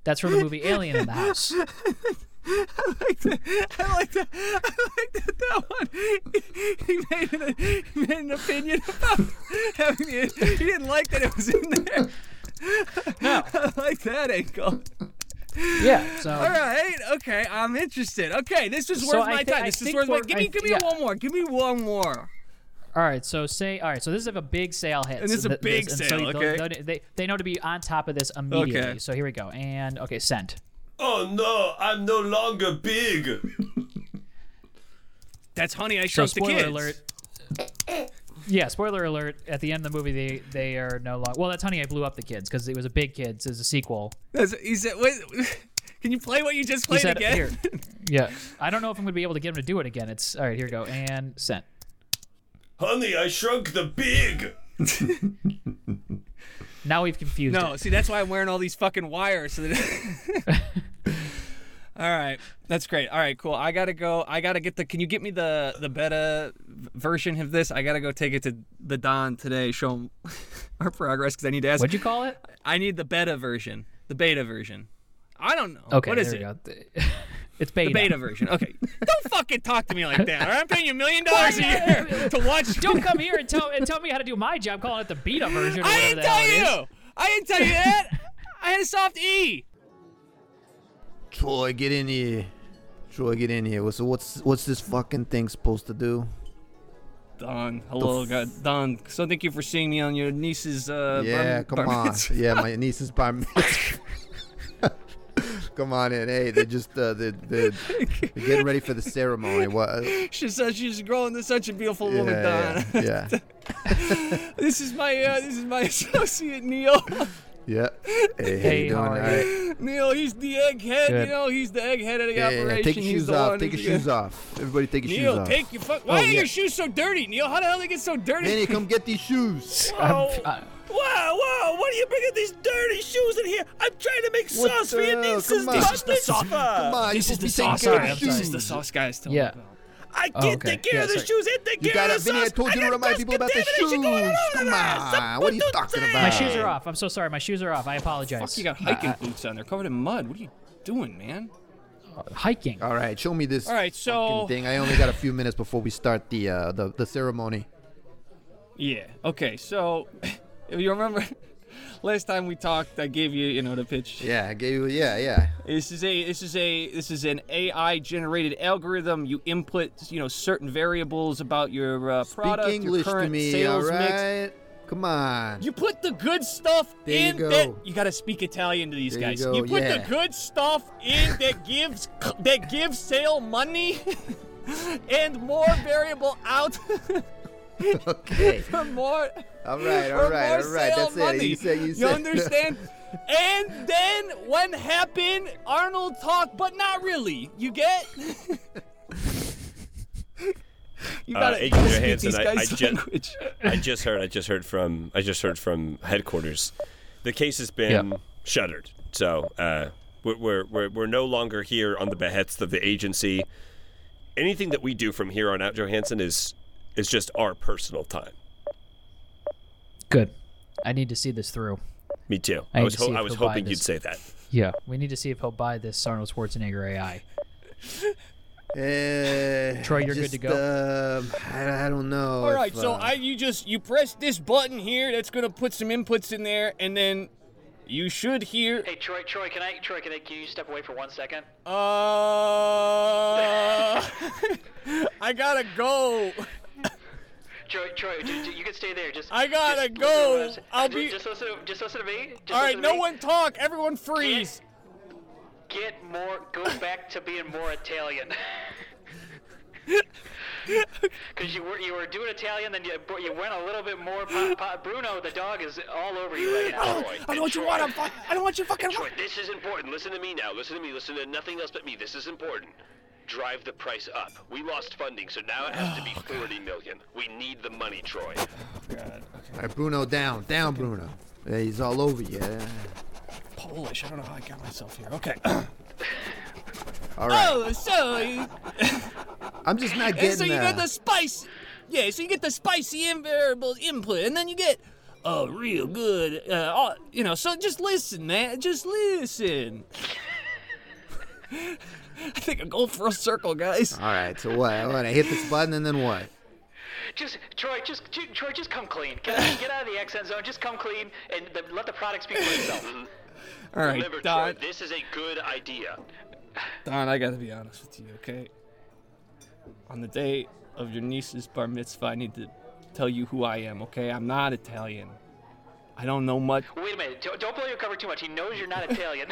[SPEAKER 2] That's from the movie Alien in the House.
[SPEAKER 1] I like that. I like that. That one. He made an, he made an opinion about having the. He didn't like that it was in there. No. I like that angle.
[SPEAKER 2] Yeah. So
[SPEAKER 1] All right. Okay. I'm interested. Okay. This is worth
[SPEAKER 2] So I
[SPEAKER 1] my
[SPEAKER 2] thi-
[SPEAKER 1] time.
[SPEAKER 2] I
[SPEAKER 1] This is
[SPEAKER 2] think
[SPEAKER 1] worth my.
[SPEAKER 2] we're-
[SPEAKER 1] Give me.
[SPEAKER 2] I-
[SPEAKER 1] Give me
[SPEAKER 2] yeah.
[SPEAKER 1] one more. Give me one more.
[SPEAKER 2] All right, so say all right, so this is if a big sale hits,
[SPEAKER 1] And this is a
[SPEAKER 2] th-
[SPEAKER 1] big
[SPEAKER 2] and
[SPEAKER 1] sale,
[SPEAKER 2] they'll-
[SPEAKER 1] okay.
[SPEAKER 2] they'll- e, They, they know to be on top of this immediately.
[SPEAKER 1] Okay.
[SPEAKER 2] So here we go, and okay, send.
[SPEAKER 3] Oh no, I'm no longer big.
[SPEAKER 6] That's Honey, I
[SPEAKER 2] So
[SPEAKER 6] Shrunk the
[SPEAKER 2] spoiler
[SPEAKER 6] Kids.
[SPEAKER 2] alert. Yeah, spoiler alert. At the end of the movie, they they are no longer. Well, that's Honey, I blew up the kids because it was a big kids. Is a sequel.
[SPEAKER 1] That's, he said. Wait, can you play what you just
[SPEAKER 2] He
[SPEAKER 1] played
[SPEAKER 2] said-
[SPEAKER 1] again?
[SPEAKER 2] here. Yeah, I don't know if I'm gonna be able to get him to do it again. It's all right. Here we go, and sent.
[SPEAKER 3] Honey, I shrunk the big.
[SPEAKER 2] Now we've confused.
[SPEAKER 1] No,
[SPEAKER 2] it.
[SPEAKER 1] see, that's why I'm wearing all these fucking wires. So that... all right, that's great. All right, cool. I gotta go. I gotta get the. Can you get me the the beta v- version of this? I gotta go take it to the Don today. Show him our progress because I need to ask.
[SPEAKER 2] What'd you call it?
[SPEAKER 1] I need the beta version. The beta version. I don't know.
[SPEAKER 2] Okay,
[SPEAKER 1] What is
[SPEAKER 2] there
[SPEAKER 1] it?
[SPEAKER 2] we go. It's beta.
[SPEAKER 1] The beta version. Okay. don't fucking talk to me like that. All right? I'm paying you a million dollars a year to watch.
[SPEAKER 2] Don't come here and tell and tell me how to do my job. Calling it the beta version. Or
[SPEAKER 1] I
[SPEAKER 2] whatever
[SPEAKER 1] didn't
[SPEAKER 2] the hell it is.
[SPEAKER 1] tell you. I didn't tell you that. I had a soft E.
[SPEAKER 4] Troy, get in here. Troy, get in here. So what's what's this fucking thing supposed to do?
[SPEAKER 1] Don, hello, God, Don. So thank you for seeing me on your niece's. Uh,
[SPEAKER 4] yeah,
[SPEAKER 1] bar-
[SPEAKER 4] come
[SPEAKER 1] bar
[SPEAKER 4] on.
[SPEAKER 1] mitzvah.
[SPEAKER 4] Yeah, my niece is by Come on in. Hey, they're just uh, they're, they're, they're getting ready for the ceremony. What? uh,
[SPEAKER 1] She says she's growing to such a beautiful woman,
[SPEAKER 4] Yeah,
[SPEAKER 1] Don.
[SPEAKER 4] yeah, yeah.
[SPEAKER 1] this is my uh, this is my associate Neil.
[SPEAKER 4] yeah. Hey, how
[SPEAKER 2] Hey,
[SPEAKER 4] you doing?
[SPEAKER 2] how
[SPEAKER 4] All
[SPEAKER 2] are
[SPEAKER 4] right.
[SPEAKER 1] Neil, he's the egghead.
[SPEAKER 2] Good.
[SPEAKER 1] You know, he's the egghead of the
[SPEAKER 4] Yeah, yeah,
[SPEAKER 1] operation.
[SPEAKER 4] yeah. Take your
[SPEAKER 1] he's
[SPEAKER 4] shoes
[SPEAKER 1] the
[SPEAKER 4] off.
[SPEAKER 1] one
[SPEAKER 4] Take your
[SPEAKER 1] who's
[SPEAKER 4] shoes
[SPEAKER 1] the-
[SPEAKER 4] off. Everybody, take your shoes
[SPEAKER 1] Neil,
[SPEAKER 4] off. Oh,
[SPEAKER 1] take your fuck. Why are
[SPEAKER 4] yeah.
[SPEAKER 1] your shoes so dirty, Neil? How the hell they get so dirty?
[SPEAKER 4] Manny, come get these shoes.
[SPEAKER 2] I'm-
[SPEAKER 3] Oh,
[SPEAKER 2] I-
[SPEAKER 3] wow, wow, what are you bringing these dirty shoes in here? I'm trying to make
[SPEAKER 4] What
[SPEAKER 3] sauce for
[SPEAKER 4] the
[SPEAKER 3] your
[SPEAKER 4] hell?
[SPEAKER 3] nieces.
[SPEAKER 4] Come
[SPEAKER 3] bar
[SPEAKER 4] on. This is
[SPEAKER 1] the sauce.
[SPEAKER 3] mitzvah.
[SPEAKER 4] Come
[SPEAKER 1] This
[SPEAKER 4] on, you
[SPEAKER 1] is the
[SPEAKER 4] supposed to be
[SPEAKER 1] sauce.
[SPEAKER 4] taking care of
[SPEAKER 2] Sorry,
[SPEAKER 4] the
[SPEAKER 1] This
[SPEAKER 2] I'm sorry.
[SPEAKER 1] is the
[SPEAKER 4] shoes.
[SPEAKER 1] sauce, guys. Tell
[SPEAKER 2] Yeah.
[SPEAKER 1] me about.
[SPEAKER 3] I
[SPEAKER 2] Oh,
[SPEAKER 3] can't
[SPEAKER 2] okay.
[SPEAKER 3] take care
[SPEAKER 2] Yeah,
[SPEAKER 3] of the
[SPEAKER 2] sorry.
[SPEAKER 3] shoes. I take
[SPEAKER 4] You
[SPEAKER 3] care
[SPEAKER 4] gotta,
[SPEAKER 3] of the
[SPEAKER 4] Vinny, I
[SPEAKER 3] sauce.
[SPEAKER 4] told you to
[SPEAKER 3] got
[SPEAKER 4] remind
[SPEAKER 3] cross
[SPEAKER 4] people about the
[SPEAKER 3] contamination going
[SPEAKER 4] shoes.
[SPEAKER 3] all over
[SPEAKER 4] Come
[SPEAKER 3] the house.
[SPEAKER 4] on,
[SPEAKER 3] Some
[SPEAKER 4] what are you
[SPEAKER 3] people
[SPEAKER 4] talking
[SPEAKER 3] say.
[SPEAKER 4] about?
[SPEAKER 2] My shoes are off. I'm so sorry. My shoes are off. I apologize.
[SPEAKER 1] Fuck, you got hiking boots on. They're covered in mud. What are you doing, man?
[SPEAKER 2] hiking.
[SPEAKER 4] All right, show me this
[SPEAKER 1] All right, so
[SPEAKER 4] fucking thing. I only got a few minutes before we start the uh, the, the ceremony.
[SPEAKER 1] Yeah. Okay. So, if you remember, last time we talked, I gave you, you know, the pitch.
[SPEAKER 4] Yeah, I gave you. Yeah, yeah.
[SPEAKER 1] This is a, this is a, this is an AI-generated algorithm. You input, you know, certain variables about your uh, product,
[SPEAKER 4] Speak English
[SPEAKER 1] your
[SPEAKER 4] to
[SPEAKER 1] current
[SPEAKER 4] me, all
[SPEAKER 1] sales mix.
[SPEAKER 4] right? Come on.
[SPEAKER 1] You put the good stuff
[SPEAKER 4] There you
[SPEAKER 1] in
[SPEAKER 4] go.
[SPEAKER 1] that. You gotta speak Italian to these
[SPEAKER 4] There you
[SPEAKER 1] guys.
[SPEAKER 4] go,
[SPEAKER 1] put
[SPEAKER 4] yeah.
[SPEAKER 1] the good stuff in that gives that gives sale money, and more variable out
[SPEAKER 4] okay.
[SPEAKER 1] for more.
[SPEAKER 4] All right,
[SPEAKER 1] or
[SPEAKER 4] all right, all
[SPEAKER 1] more
[SPEAKER 4] right.
[SPEAKER 1] sale
[SPEAKER 4] That's
[SPEAKER 1] money.
[SPEAKER 4] it. You said you said.
[SPEAKER 1] understand? and then what happened? Arnold talked, but not really. You get? you
[SPEAKER 3] Uh,
[SPEAKER 1] gotta
[SPEAKER 3] Agent
[SPEAKER 1] gotta speak
[SPEAKER 3] Johansson,
[SPEAKER 1] these
[SPEAKER 3] I-
[SPEAKER 1] guys'
[SPEAKER 3] I ju-
[SPEAKER 1] language.
[SPEAKER 3] I just heard. I just heard from. I just heard from headquarters. The case has been shuttered. So uh, we're, we're we're we're no longer here on the behest of the agency. Anything that we do from here on out, Johansson, is is just our personal time.
[SPEAKER 2] Good. I need to see this through.
[SPEAKER 3] Me too.
[SPEAKER 2] I
[SPEAKER 3] I,
[SPEAKER 2] need
[SPEAKER 3] was
[SPEAKER 2] to see
[SPEAKER 3] ho- I
[SPEAKER 2] if
[SPEAKER 3] was
[SPEAKER 2] he'll buy
[SPEAKER 3] hoping you'd
[SPEAKER 2] this.
[SPEAKER 3] say that.
[SPEAKER 2] Yeah. We need to see if he'll buy this Arnold Schwarzenegger AI.
[SPEAKER 4] Uh,
[SPEAKER 2] Troy, you're good to
[SPEAKER 4] just,
[SPEAKER 2] go.
[SPEAKER 4] Um, I, I don't know.
[SPEAKER 1] All right,
[SPEAKER 4] if,
[SPEAKER 1] so
[SPEAKER 4] uh,
[SPEAKER 1] I you just you press this button here. That's gonna put some inputs in there, and then you should hear.
[SPEAKER 9] Hey Troy, Troy, can I, Troy, can I, can you step away for one second?
[SPEAKER 1] Uh, I gotta go.
[SPEAKER 9] Troy, Troy, j- j- you can stay there. Just
[SPEAKER 1] I gotta
[SPEAKER 9] just listen to
[SPEAKER 1] go.
[SPEAKER 9] what I'm saying.
[SPEAKER 1] I'll
[SPEAKER 9] Ju-
[SPEAKER 1] be-
[SPEAKER 9] Just listen. To, just listen to me. Just
[SPEAKER 1] All right,
[SPEAKER 9] listen to
[SPEAKER 1] no
[SPEAKER 9] me.
[SPEAKER 1] one talk. Everyone freeze.
[SPEAKER 9] Get more. Go back to being more Italian. Because you were you were doing Italian, then you you went a little bit more. Po- po- Bruno, the dog is all over you right
[SPEAKER 6] Troy,
[SPEAKER 9] now.
[SPEAKER 10] I
[SPEAKER 6] and
[SPEAKER 10] don't want you
[SPEAKER 6] Troy,
[SPEAKER 10] want. I'm fu- I don't want you fucking.
[SPEAKER 6] Troy, this is important. Listen to me now. Listen to me. Listen to nothing else but me. This is important. Drive the price up. We lost funding, so now it has to
[SPEAKER 2] Oh,
[SPEAKER 6] be 40 million. We need the money, Troy.
[SPEAKER 4] All right, Bruno down, down, Bruno. Yeah, he's all over you.
[SPEAKER 10] Polish. I don't know how I got myself here. Okay.
[SPEAKER 4] All right,
[SPEAKER 1] Oh, so you,
[SPEAKER 4] I'm just not
[SPEAKER 1] and
[SPEAKER 4] getting.
[SPEAKER 1] so you
[SPEAKER 4] uh,
[SPEAKER 1] get the spice. Yeah, so you get the spicy invariables input, and then you get a real good. Uh, all, you know, so just listen, man. Just listen. I think I'm going for a circle, guys.
[SPEAKER 4] All right, so what? What? I hit this button and then what?
[SPEAKER 1] Oh.
[SPEAKER 9] Just Troy, just ju- Troy, just come clean. Get out, get out of the accent zone. Just come clean and the, let the product speak for itself.
[SPEAKER 1] All right,
[SPEAKER 6] Remember,
[SPEAKER 1] Don.
[SPEAKER 6] Troy, this is a good idea.
[SPEAKER 1] Don, I gotta be honest with you, okay? On the day of your niece's bar mitzvah, I need to tell you who I am, okay? I'm not Italian. I don't know much.
[SPEAKER 9] Wait a minute. Don't, don't blow your cover too much. He knows you're not Italian.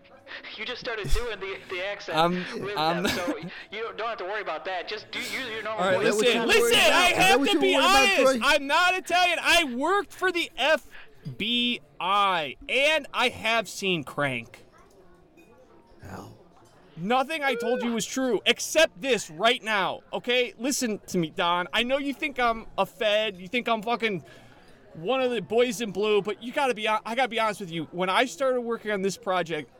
[SPEAKER 9] you just started doing the, the accent
[SPEAKER 1] I'm-
[SPEAKER 9] with
[SPEAKER 1] I'm-
[SPEAKER 9] them, so you don't, don't have to worry about that. Just do use your normal
[SPEAKER 1] um, All right,
[SPEAKER 4] that
[SPEAKER 9] voice.
[SPEAKER 4] what
[SPEAKER 1] listen,
[SPEAKER 4] you were
[SPEAKER 1] listen,
[SPEAKER 4] worried
[SPEAKER 1] I
[SPEAKER 4] about? Is that
[SPEAKER 1] have
[SPEAKER 4] what
[SPEAKER 1] to
[SPEAKER 4] you were
[SPEAKER 1] be
[SPEAKER 4] worried about,
[SPEAKER 1] honest.
[SPEAKER 4] Troy?
[SPEAKER 1] I'm not Italian. I worked for the FBI, and I have seen Crank. Nothing I told you was true, except this right now, okay? Listen to me, Don. I know you think I'm a Fed, you think I'm fucking one of the boys in blue, but you gotta be, hon- I gotta be honest with you. When I started working on this project,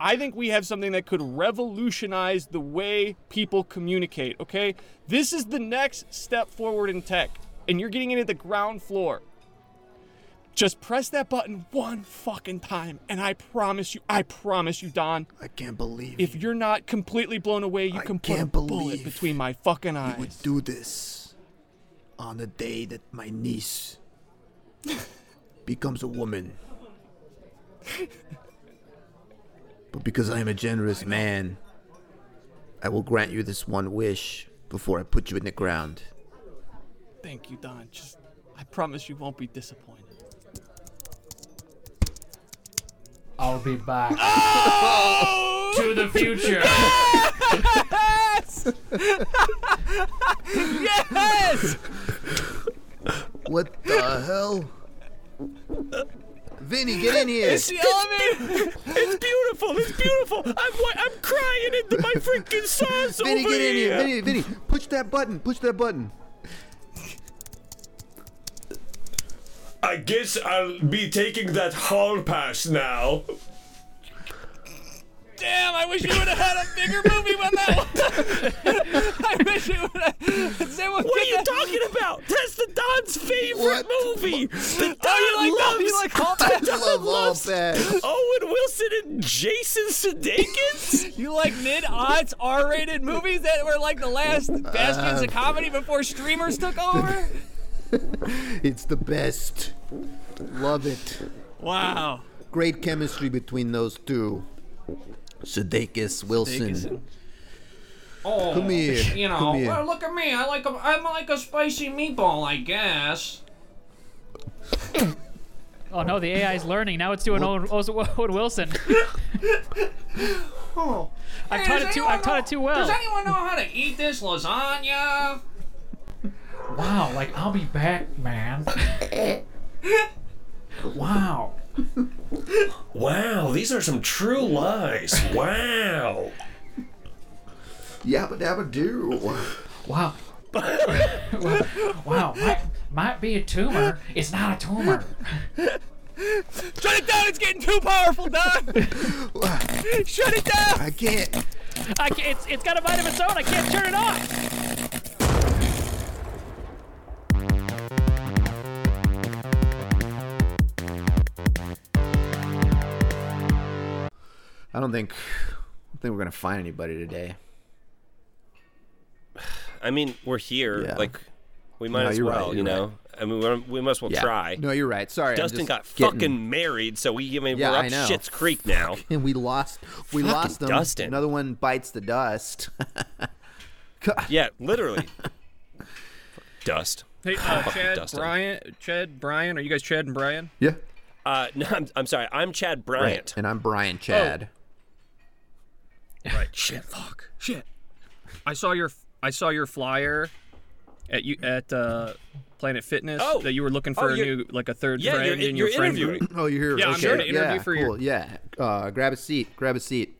[SPEAKER 1] I think we have something that could revolutionize the way people communicate, okay? This is the next step forward in tech, and you're getting in at the ground floor. Just press that button one fucking time, and I promise you, I promise you, Don,
[SPEAKER 10] I can't believe
[SPEAKER 1] if
[SPEAKER 10] you
[SPEAKER 1] you're not completely blown away, you
[SPEAKER 10] I
[SPEAKER 1] can put a
[SPEAKER 10] can't
[SPEAKER 1] bullet
[SPEAKER 10] believe
[SPEAKER 1] between my fucking eyes.
[SPEAKER 10] would do this on the day that my niece becomes a woman.
[SPEAKER 4] But because I am a generous man, I will grant you this one wish before I put you in the ground.
[SPEAKER 1] Thank you, Don. Just, I promise you won't be disappointed. Oh!
[SPEAKER 2] I'll be back. to the future.
[SPEAKER 1] Yes!
[SPEAKER 4] What the hell? Vinny, get in here!
[SPEAKER 1] the elevator!
[SPEAKER 3] It's beautiful. It's beautiful. I'm wa- I'm crying into my freaking sauce
[SPEAKER 4] Vinny,
[SPEAKER 3] over
[SPEAKER 4] get in here!
[SPEAKER 3] here.
[SPEAKER 4] Vinny, Vinny, push that button! Push that button!
[SPEAKER 3] I guess I'll be taking that hall pass now.
[SPEAKER 1] Damn, I wish you would have had a bigger movie when that was. I wish it would have.
[SPEAKER 3] What are you talking about? That's the Don's favorite movie. The Don
[SPEAKER 1] Oh, you
[SPEAKER 3] loves.
[SPEAKER 1] like that? You like
[SPEAKER 4] I
[SPEAKER 1] Hall Pass?
[SPEAKER 4] love all that.
[SPEAKER 3] Owen Wilson and Jason Sudeikis?
[SPEAKER 1] You like mid odds R rated movies that were like the last bastions of comedy before streamers took over?
[SPEAKER 4] It's the best. Love it.
[SPEAKER 1] Wow.
[SPEAKER 4] Great chemistry between those two. Sudeikis Wilson.
[SPEAKER 1] Oh,
[SPEAKER 4] Come here.
[SPEAKER 1] You know,
[SPEAKER 4] Come here.
[SPEAKER 1] well, look at me. I like a, I'm like a spicy meatball, I guess.
[SPEAKER 2] Oh no, the AI is learning. Now it's doing Owen, Owen Owen Wilson.
[SPEAKER 1] Oh.
[SPEAKER 2] I've taught it too. I've taught it too well.
[SPEAKER 1] Does anyone know how to eat this lasagna?
[SPEAKER 2] Wow, like I'll be back, man. wow.
[SPEAKER 3] Wow, these are some true lies. Wow.
[SPEAKER 4] Yabba dabba do.
[SPEAKER 2] Wow. wow. Might, might be a tumor. It's not a tumor.
[SPEAKER 1] Shut it down. It's getting too powerful, Don. Shut it down.
[SPEAKER 4] I can't.
[SPEAKER 2] I can't, it's, it's got a mind of its own. I can't turn it off.
[SPEAKER 4] I don't think. I don't think we're gonna find anybody today.
[SPEAKER 3] I mean, we're here.
[SPEAKER 4] Yeah.
[SPEAKER 3] Like, we might
[SPEAKER 4] No,
[SPEAKER 3] as
[SPEAKER 4] you're
[SPEAKER 3] well,
[SPEAKER 4] right,
[SPEAKER 3] you
[SPEAKER 4] you're
[SPEAKER 3] know? I mean, we're, we must well
[SPEAKER 4] Yeah.
[SPEAKER 3] try.
[SPEAKER 4] No, you're right. Sorry. I'm
[SPEAKER 3] Dustin
[SPEAKER 4] just
[SPEAKER 3] got
[SPEAKER 4] getting-
[SPEAKER 3] fucking married, so we, I mean,
[SPEAKER 4] Yeah,
[SPEAKER 3] we're
[SPEAKER 4] I
[SPEAKER 3] up
[SPEAKER 4] know.
[SPEAKER 3] Shit's Creek now.
[SPEAKER 4] And we lost. We lost them.
[SPEAKER 3] Dustin.
[SPEAKER 4] Another one bites the dust.
[SPEAKER 3] yeah, literally. Dust.
[SPEAKER 11] Hey, uh, Chad,
[SPEAKER 3] Dustin.
[SPEAKER 11] Brian, Chad, Brian, are you guys Chad and Brian?
[SPEAKER 4] yeah.
[SPEAKER 3] Uh, no, I'm, I'm sorry. I'm Chad Bryant.
[SPEAKER 4] And I'm Brian
[SPEAKER 1] Oh.
[SPEAKER 4] Chad.
[SPEAKER 11] Shit, fuck, shit. I saw your
[SPEAKER 1] I saw your flyer at you at uh, Planet Fitness
[SPEAKER 3] Oh.
[SPEAKER 1] that you were looking
[SPEAKER 3] Oh,
[SPEAKER 1] for a
[SPEAKER 3] you're-
[SPEAKER 1] new like a third
[SPEAKER 3] Yeah,
[SPEAKER 1] friend
[SPEAKER 3] you're-
[SPEAKER 1] in
[SPEAKER 3] you're
[SPEAKER 1] your friend
[SPEAKER 3] interviewing.
[SPEAKER 1] group.
[SPEAKER 4] Oh, you're here.
[SPEAKER 1] Yeah, I'm
[SPEAKER 4] okay.
[SPEAKER 1] doing an interview
[SPEAKER 4] yeah,
[SPEAKER 1] for your-
[SPEAKER 4] cool. Yeah. Uh, grab a seat. Grab a seat.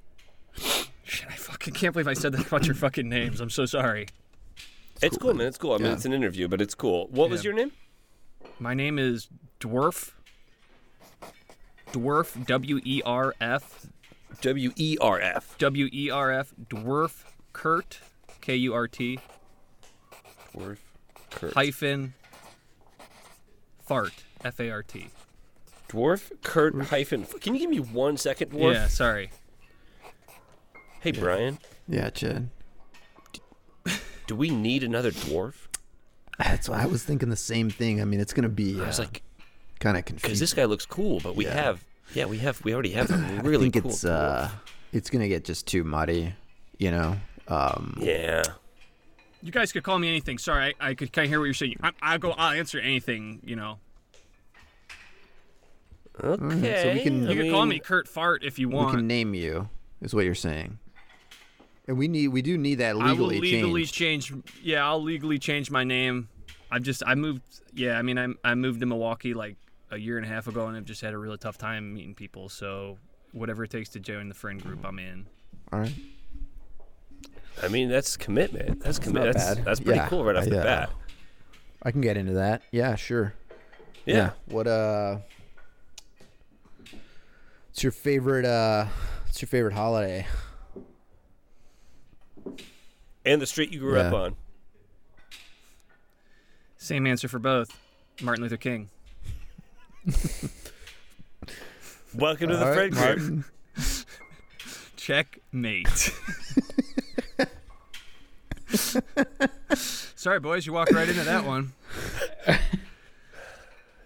[SPEAKER 1] Shit, I fucking can't believe I said that about your fucking names. I'm so sorry.
[SPEAKER 3] It's cool, man. It's cool. I mean,
[SPEAKER 4] Yeah.
[SPEAKER 3] it's an interview, but it's cool. What was
[SPEAKER 1] Yeah.
[SPEAKER 3] your name?
[SPEAKER 1] My name is Dwarf. Dwarf W E R F
[SPEAKER 3] W E R F.
[SPEAKER 1] W E R F Dwarf Kurt K U R T
[SPEAKER 3] Dwarf. Kurt.
[SPEAKER 1] hyphen Fart F A R T.
[SPEAKER 3] Dwarf Kurt hyphen. Can you give me one second, Dwarf?
[SPEAKER 1] Yeah, sorry.
[SPEAKER 3] Hey, Brian.
[SPEAKER 4] Yeah, Chad.
[SPEAKER 3] Do we need another dwarf?
[SPEAKER 4] That's why I was thinking the same thing. I mean, it's gonna be. Uh,
[SPEAKER 3] I was like,
[SPEAKER 4] kind of
[SPEAKER 3] because
[SPEAKER 4] confused.
[SPEAKER 3] this guy looks cool, but we
[SPEAKER 4] Yeah.
[SPEAKER 3] have, yeah, we have, we already have a
[SPEAKER 4] I
[SPEAKER 3] really
[SPEAKER 4] think
[SPEAKER 3] cool.
[SPEAKER 4] it's
[SPEAKER 3] dwarf.
[SPEAKER 4] uh, it's gonna get just too muddy. You know. Um,
[SPEAKER 3] yeah.
[SPEAKER 1] You guys could call me anything. Sorry, I, I could kind of hear what you're saying. I, I'll go. I'll answer anything. You know,
[SPEAKER 3] Okay.
[SPEAKER 4] so we can-
[SPEAKER 3] I
[SPEAKER 1] you could call
[SPEAKER 3] mean,
[SPEAKER 1] me Kurt Fart if you
[SPEAKER 4] we
[SPEAKER 1] want.
[SPEAKER 4] can name you. Is what you're saying. And we need. We do need that
[SPEAKER 1] I will
[SPEAKER 4] legally.
[SPEAKER 1] legally
[SPEAKER 4] changed.
[SPEAKER 1] change. Yeah, I'll legally change my name. I've just I moved. Yeah, I mean I I moved to Milwaukee like a year and a half ago, and I've just had a really tough time meeting people. So whatever it takes to join the friend group, I'm in.
[SPEAKER 4] All right.
[SPEAKER 3] I mean, that's commitment. That's
[SPEAKER 4] not
[SPEAKER 3] commitment. That's,
[SPEAKER 4] bad.
[SPEAKER 3] that's pretty
[SPEAKER 4] Yeah.
[SPEAKER 3] cool right off the
[SPEAKER 4] Yeah.
[SPEAKER 3] bat.
[SPEAKER 4] I can get into that. Yeah. Sure.
[SPEAKER 3] Yeah.
[SPEAKER 4] What uh? What's your favorite uh? What's your favorite holiday?
[SPEAKER 3] And the street you grew up
[SPEAKER 4] Yeah.
[SPEAKER 3] on.
[SPEAKER 1] Same answer for both. Martin Luther King.
[SPEAKER 3] Welcome to the
[SPEAKER 4] All
[SPEAKER 3] friend
[SPEAKER 4] right,
[SPEAKER 3] group.
[SPEAKER 1] Checkmate. Sorry, boys, you walked right into that one.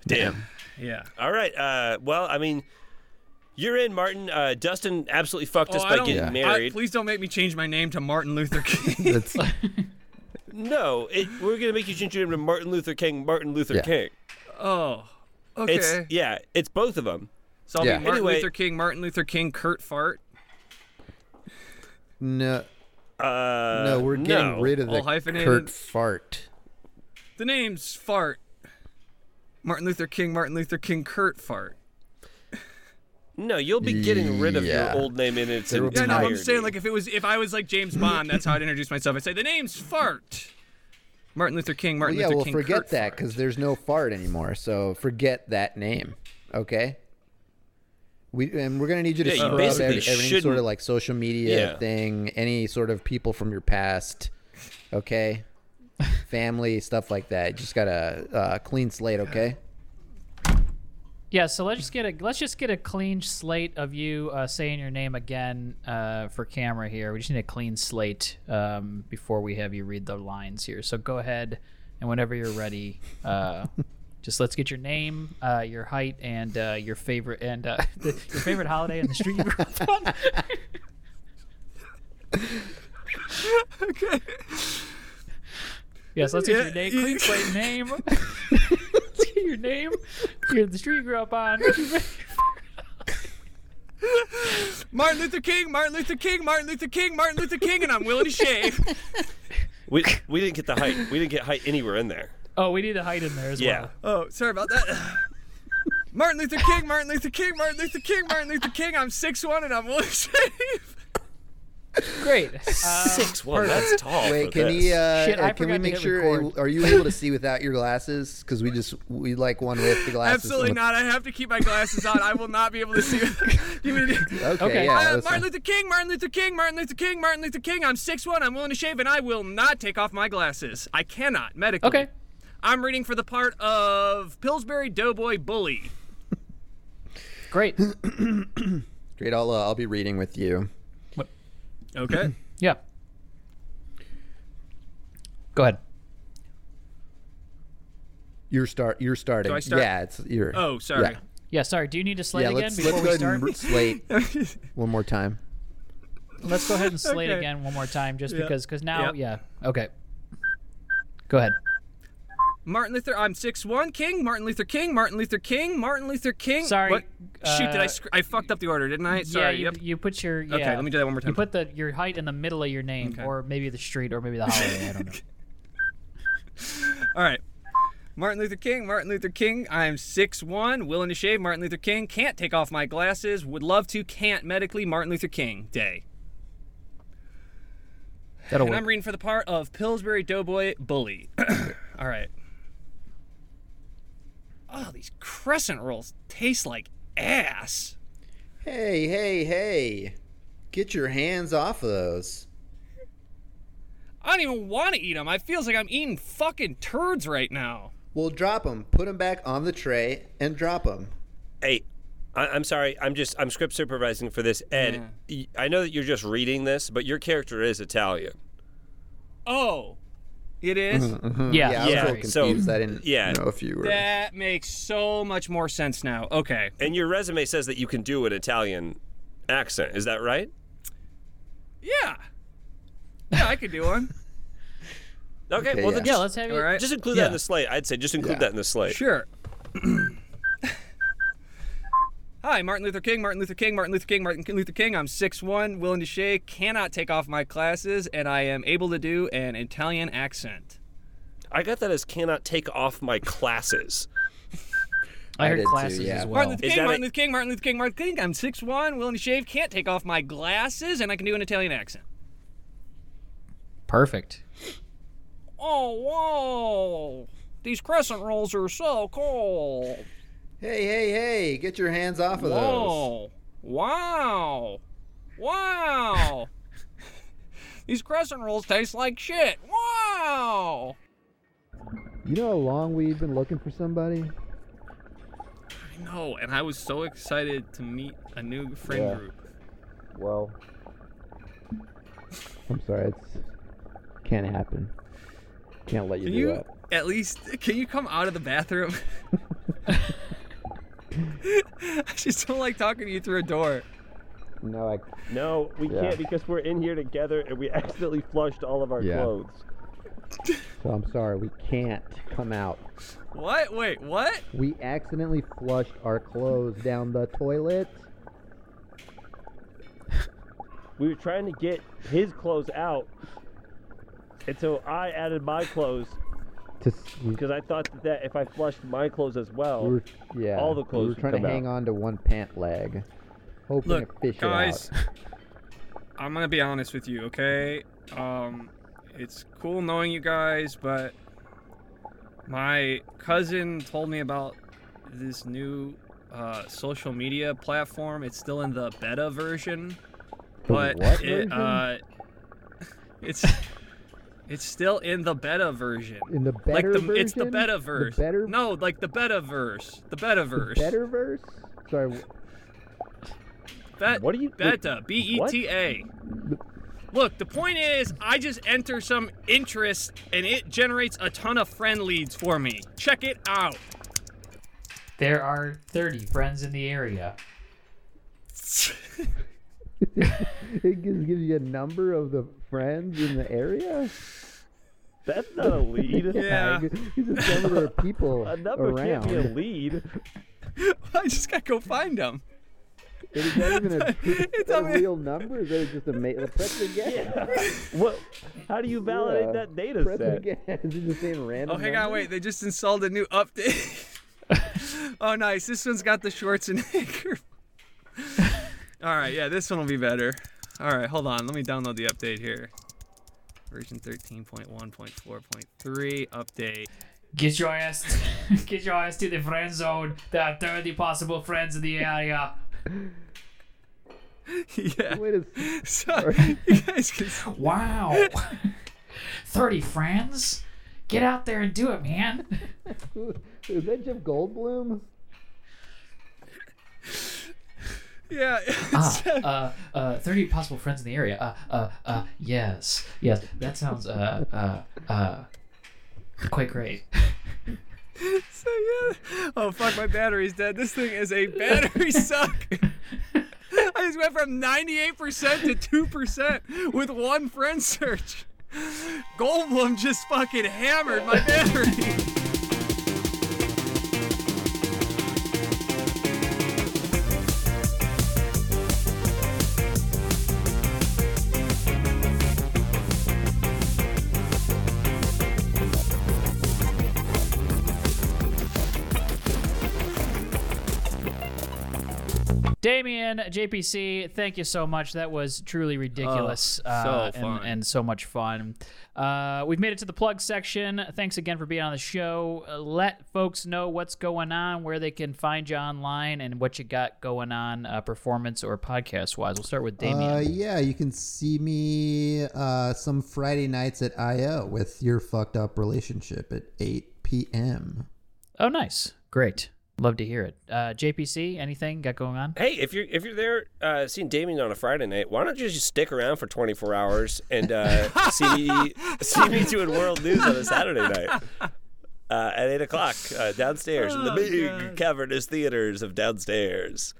[SPEAKER 3] Damn.
[SPEAKER 1] Yeah.
[SPEAKER 3] All right. Uh, well, I mean, you're in, Martin. Uh, Dustin absolutely fucked us
[SPEAKER 1] Oh, I
[SPEAKER 3] by
[SPEAKER 1] don't-
[SPEAKER 3] getting
[SPEAKER 1] I-
[SPEAKER 3] married.
[SPEAKER 1] please don't make me change my name to Martin Luther King.
[SPEAKER 4] That's,
[SPEAKER 3] No, it, we're gonna make you change your name to Martin Luther King. Martin Luther
[SPEAKER 4] Yeah.
[SPEAKER 3] King.
[SPEAKER 1] oh, okay.
[SPEAKER 3] It's yeah, it's both of them.
[SPEAKER 1] so I'll
[SPEAKER 4] yeah.
[SPEAKER 1] be Martin
[SPEAKER 3] Anyway-
[SPEAKER 1] Luther King, Martin Luther King, Kurt Fart,
[SPEAKER 4] no,
[SPEAKER 3] Uh,
[SPEAKER 4] no, we're getting
[SPEAKER 3] no.
[SPEAKER 4] rid of
[SPEAKER 1] all
[SPEAKER 4] the
[SPEAKER 1] hyphenated.
[SPEAKER 4] Kurt fart.
[SPEAKER 1] The name's Fart. Martin Luther King, Martin Luther King, Kurt Fart.
[SPEAKER 3] No, you'll be getting rid of
[SPEAKER 4] Yeah.
[SPEAKER 3] your old name in its
[SPEAKER 4] There will be
[SPEAKER 1] Yeah,
[SPEAKER 3] entirety.
[SPEAKER 1] no, I'm saying like if it was if I was like James Bond, that's how I'd introduce myself. I'd say the name's Fart. Martin Luther King,
[SPEAKER 4] Well,
[SPEAKER 1] Martin
[SPEAKER 4] yeah,
[SPEAKER 1] Luther
[SPEAKER 4] well,
[SPEAKER 1] King.
[SPEAKER 4] forget
[SPEAKER 1] Kurt
[SPEAKER 4] that
[SPEAKER 1] Fart.
[SPEAKER 4] because there's no fart anymore. So forget that name, okay? We and we're gonna need you to
[SPEAKER 3] Yeah, you
[SPEAKER 4] scrub
[SPEAKER 3] basically
[SPEAKER 4] every, every sort
[SPEAKER 3] shouldn't-
[SPEAKER 4] of like social media
[SPEAKER 3] Yeah.
[SPEAKER 4] thing, any sort of people from your past, okay? Family stuff like that. You just got a uh, clean slate, okay?
[SPEAKER 2] Yeah, so let's just get a let's just get a clean slate of you uh, saying your name again uh, for camera here. We just need a clean slate um, before we have you read the lines here. So go ahead, and whenever you're ready, uh, just let's get your name, uh, your height, and uh, your favorite and uh, the, your favorite holiday and the street you grew up on.
[SPEAKER 1] Okay.
[SPEAKER 2] Yes, let's get
[SPEAKER 1] Yeah,
[SPEAKER 2] your name,
[SPEAKER 1] you-
[SPEAKER 2] clean slate name. let's get your name, your, the street you grew up on.
[SPEAKER 1] Martin Luther King, Martin Luther King, Martin Luther King, Martin Luther King, and I'm willing to shave.
[SPEAKER 3] we we didn't get the height. We didn't get height anywhere in there.
[SPEAKER 2] Oh, we need the height in there as
[SPEAKER 3] Yeah.
[SPEAKER 2] well.
[SPEAKER 1] Oh, sorry about that. Martin Luther King, Martin Luther King, Martin Luther King, Martin Luther King. I'm six one and I'm willing to shave.
[SPEAKER 2] Great. Uh,
[SPEAKER 3] Six one. That's tall. for
[SPEAKER 4] Wait, can
[SPEAKER 3] this.
[SPEAKER 4] he? Uh,
[SPEAKER 2] Shit, I
[SPEAKER 4] uh, can
[SPEAKER 2] forgot
[SPEAKER 4] we
[SPEAKER 2] to
[SPEAKER 4] make
[SPEAKER 2] hit
[SPEAKER 4] sure?
[SPEAKER 2] record.
[SPEAKER 4] Are you able to see without your glasses? Because we just we like one with the glasses.
[SPEAKER 1] Absolutely
[SPEAKER 4] and
[SPEAKER 1] not. I have to keep my glasses on. I will not be able to see. Give me the-
[SPEAKER 4] with- Okay,
[SPEAKER 2] Okay.
[SPEAKER 4] yeah.
[SPEAKER 1] Uh,
[SPEAKER 4] that's
[SPEAKER 1] Martin
[SPEAKER 4] fine.
[SPEAKER 1] Luther King, Martin Luther King, Martin Luther King, Martin Luther King. I'm six one. I'm willing to shave, and I will not take off my glasses. I cannot medically.
[SPEAKER 2] okay.
[SPEAKER 1] I'm reading for the part of Pillsbury Doughboy Bully.
[SPEAKER 2] Great.
[SPEAKER 4] Great. I'll uh, I'll be reading with you.
[SPEAKER 1] Okay.
[SPEAKER 2] Yeah. Go ahead.
[SPEAKER 4] You're start. You're starting.
[SPEAKER 1] Do I start?
[SPEAKER 4] Yeah, it's you're.
[SPEAKER 1] Oh, sorry.
[SPEAKER 4] Yeah.
[SPEAKER 2] Yeah, sorry. Do you need to slate
[SPEAKER 4] Yeah,
[SPEAKER 2] again
[SPEAKER 4] let's
[SPEAKER 2] before
[SPEAKER 4] let's go
[SPEAKER 2] we
[SPEAKER 4] ahead
[SPEAKER 2] start?
[SPEAKER 4] and slate one more time.
[SPEAKER 2] let's go ahead and slate
[SPEAKER 1] Okay.
[SPEAKER 2] again one more time, just because. Because now,
[SPEAKER 1] Yeah.
[SPEAKER 2] yeah. Okay. Go ahead.
[SPEAKER 1] Martin Luther. I'm six one. King. Martin Luther King. Martin Luther King. Martin Luther King.
[SPEAKER 2] Sorry,
[SPEAKER 1] What? Shoot, did I?
[SPEAKER 2] uh,
[SPEAKER 1] Sc- I fucked up the order, didn't I? Sorry.
[SPEAKER 2] yeah, you,
[SPEAKER 1] yep.
[SPEAKER 2] you put your yeah,
[SPEAKER 1] Okay, let me do that one more time.
[SPEAKER 2] You put the your height in the middle of your name, or maybe the street, or maybe the holiday. I don't know.
[SPEAKER 1] All right. Martin Luther King, Martin Luther King. I'm six one, willing to shave. Martin Luther King. Can't take off my glasses. Would love to. Can't medically. Martin Luther King Day.
[SPEAKER 2] That'll
[SPEAKER 1] And
[SPEAKER 2] work.
[SPEAKER 1] I'm reading for the part of Pillsbury Doughboy Bully. All right. Oh, these crescent rolls taste like ass.
[SPEAKER 4] Hey, hey, hey. Get your hands off of those.
[SPEAKER 1] I don't even want to eat them. I feels like I'm eating fucking turds right now.
[SPEAKER 4] Well, drop them. Put them back on the tray and drop them.
[SPEAKER 3] Hey, I, I'm sorry. I'm just I'm script supervising for this. Ed, y I I know that you're just reading this, but your character is Italian.
[SPEAKER 1] Oh, it is?
[SPEAKER 2] yeah,
[SPEAKER 4] Yeah, I was
[SPEAKER 3] yeah,
[SPEAKER 4] a little
[SPEAKER 3] so-
[SPEAKER 4] confused. I didn't
[SPEAKER 3] yeah.
[SPEAKER 4] know if you were.
[SPEAKER 1] that makes so much more sense now. Okay.
[SPEAKER 3] And your resume says that you can do an Italian accent. Is that right?
[SPEAKER 1] Yeah. Yeah, I could do one.
[SPEAKER 3] Okay.
[SPEAKER 4] Okay,
[SPEAKER 3] well, then
[SPEAKER 2] yeah.
[SPEAKER 4] yeah.
[SPEAKER 3] just,
[SPEAKER 2] Let's have
[SPEAKER 1] All
[SPEAKER 2] you.
[SPEAKER 1] right.
[SPEAKER 3] just include that in the slate. I'd say just include
[SPEAKER 4] Yeah.
[SPEAKER 3] that in the slate.
[SPEAKER 1] Sure. Hi, Martin Luther King, Martin Luther King, Martin Luther King, Martin Luther King. I'm 6'1, willing to shake, cannot take off my classes, and I am able to do an Italian accent.
[SPEAKER 3] I got that as cannot take off my classes.
[SPEAKER 2] I
[SPEAKER 4] I
[SPEAKER 2] heard
[SPEAKER 4] did too,
[SPEAKER 2] classes
[SPEAKER 4] yeah.
[SPEAKER 2] as
[SPEAKER 1] Martin
[SPEAKER 2] well.
[SPEAKER 1] Luther
[SPEAKER 3] Is
[SPEAKER 1] King,
[SPEAKER 3] that
[SPEAKER 1] Martin
[SPEAKER 3] a-
[SPEAKER 1] Luther King, Martin Luther King, Martin Luther King. I'm 6'1, willing to shave, can't take off my glasses, and I can do an Italian accent.
[SPEAKER 2] Perfect.
[SPEAKER 1] Oh, whoa. These crescent rolls are so cool.
[SPEAKER 4] Hey, hey, hey. Get your hands off of those.
[SPEAKER 1] Whoa. Wow. Wow. These crescent rolls taste like shit. Wow.
[SPEAKER 4] You know how long we've been looking for somebody?
[SPEAKER 7] I know, and I was so excited to meet a new friend group.
[SPEAKER 4] Well, I'm sorry. It's can't happen. Can't let
[SPEAKER 7] Can you at least can you come out of the bathroom? I just don't like talking to you through a door.
[SPEAKER 4] No, I.
[SPEAKER 3] No, we can't because we're in here together and we accidentally flushed all of our
[SPEAKER 4] Yeah.
[SPEAKER 3] clothes.
[SPEAKER 4] So I'm sorry. We can't come out.
[SPEAKER 7] What? Wait, what?
[SPEAKER 4] We accidentally flushed our clothes down the toilet.
[SPEAKER 3] We were trying to get his clothes out, and so I added my clothes
[SPEAKER 4] To s- we,
[SPEAKER 3] because I thought that, that if I flushed my clothes as well,
[SPEAKER 4] we were, yeah,
[SPEAKER 3] all the clothes
[SPEAKER 4] We were
[SPEAKER 3] would
[SPEAKER 4] trying
[SPEAKER 3] come
[SPEAKER 4] to hang on to one pant leg, hoping to
[SPEAKER 7] Look,
[SPEAKER 4] fish
[SPEAKER 7] guys,
[SPEAKER 4] it out.
[SPEAKER 7] I'm gonna be honest with you, okay? Um, it's cool knowing you guys, but my cousin told me about this new uh, social media platform. It's still in the beta version,
[SPEAKER 4] The
[SPEAKER 7] but
[SPEAKER 4] what
[SPEAKER 7] it
[SPEAKER 4] version?
[SPEAKER 7] uh, it's it's still in the beta version.
[SPEAKER 4] in the better
[SPEAKER 7] like the
[SPEAKER 4] version,
[SPEAKER 7] it's the beta verse.
[SPEAKER 4] The better,
[SPEAKER 7] No, like the beta verse. The beta
[SPEAKER 4] the
[SPEAKER 7] verse.
[SPEAKER 4] better verse. Sorry, w-
[SPEAKER 7] Bet,
[SPEAKER 3] What do you- wait,
[SPEAKER 7] beta? B E T A. Look, the point is, I just enter some interest and it generates a ton of friend leads for me. Check it out.
[SPEAKER 2] There are 30 friends in the area.
[SPEAKER 4] it gives, gives you a number of the friends in the area.
[SPEAKER 3] that's not a lead.
[SPEAKER 7] Yeah.
[SPEAKER 4] Like, you just tell me there are people
[SPEAKER 3] A number
[SPEAKER 4] around.
[SPEAKER 3] can't be a lead.
[SPEAKER 7] I just gotta go find them.
[SPEAKER 4] It is not even a,
[SPEAKER 7] It's
[SPEAKER 4] a
[SPEAKER 7] only-
[SPEAKER 4] real number. That is just a ma- a press of guess.
[SPEAKER 3] What? How do you validate
[SPEAKER 4] Yeah.
[SPEAKER 3] that data
[SPEAKER 4] Press of
[SPEAKER 3] set?
[SPEAKER 4] guess. It's just saying
[SPEAKER 7] Oh,
[SPEAKER 4] random.
[SPEAKER 7] hang on,
[SPEAKER 4] numbers?
[SPEAKER 7] wait. They just installed a new update. oh, nice. This one's got the Schwarzenegger. All right, yeah, this one will be better. All right, hold on. Let me download the update here. Version 13.1.4.3 update.
[SPEAKER 2] Get your ass, get your ass to the friend zone. There are 30 possible friends in the area.
[SPEAKER 7] yeah.
[SPEAKER 4] Wait a s-
[SPEAKER 7] So you guys can
[SPEAKER 2] Wow, 30 friends. Get out there and do it, man.
[SPEAKER 4] Is that Jeff Goldblum?
[SPEAKER 7] Yeah.
[SPEAKER 2] Ah, uh, uh, 30 possible friends in the area. Uh, uh, uh, yes, yes. That sounds uh, uh, uh, quite great.
[SPEAKER 7] So yeah. Oh fuck, my battery's dead. This thing is a battery suck. I just went from 98% to 2% with one friend search. Goldblum just fucking hammered my battery.
[SPEAKER 2] Damien, JPC, thank you so much. That was truly ridiculous
[SPEAKER 1] Oh,
[SPEAKER 2] uh,
[SPEAKER 1] so
[SPEAKER 2] and,
[SPEAKER 1] fun.
[SPEAKER 2] and so much fun. Uh, we've made it to the plug section. Thanks again for being on the show. Uh, let folks know what's going on, where they can find you online, and what you got going on uh, performance or podcast wise. We'll start with Damien.
[SPEAKER 12] Uh, yeah, you can see me uh, some Friday nights at IO with your fucked up relationship at 8 p.m.
[SPEAKER 2] oh, nice. Great. Love to hear it. Uh, JPC, anything got going on?
[SPEAKER 3] Hey, if you're if you're there uh, seeing Damien on a Friday night, why don't you just stick around for 24 hours and uh, see me see me doing world news on a Saturday night uh, at eight o'clock uh, downstairs
[SPEAKER 4] Oh,
[SPEAKER 3] in the big cavernous theaters of downstairs.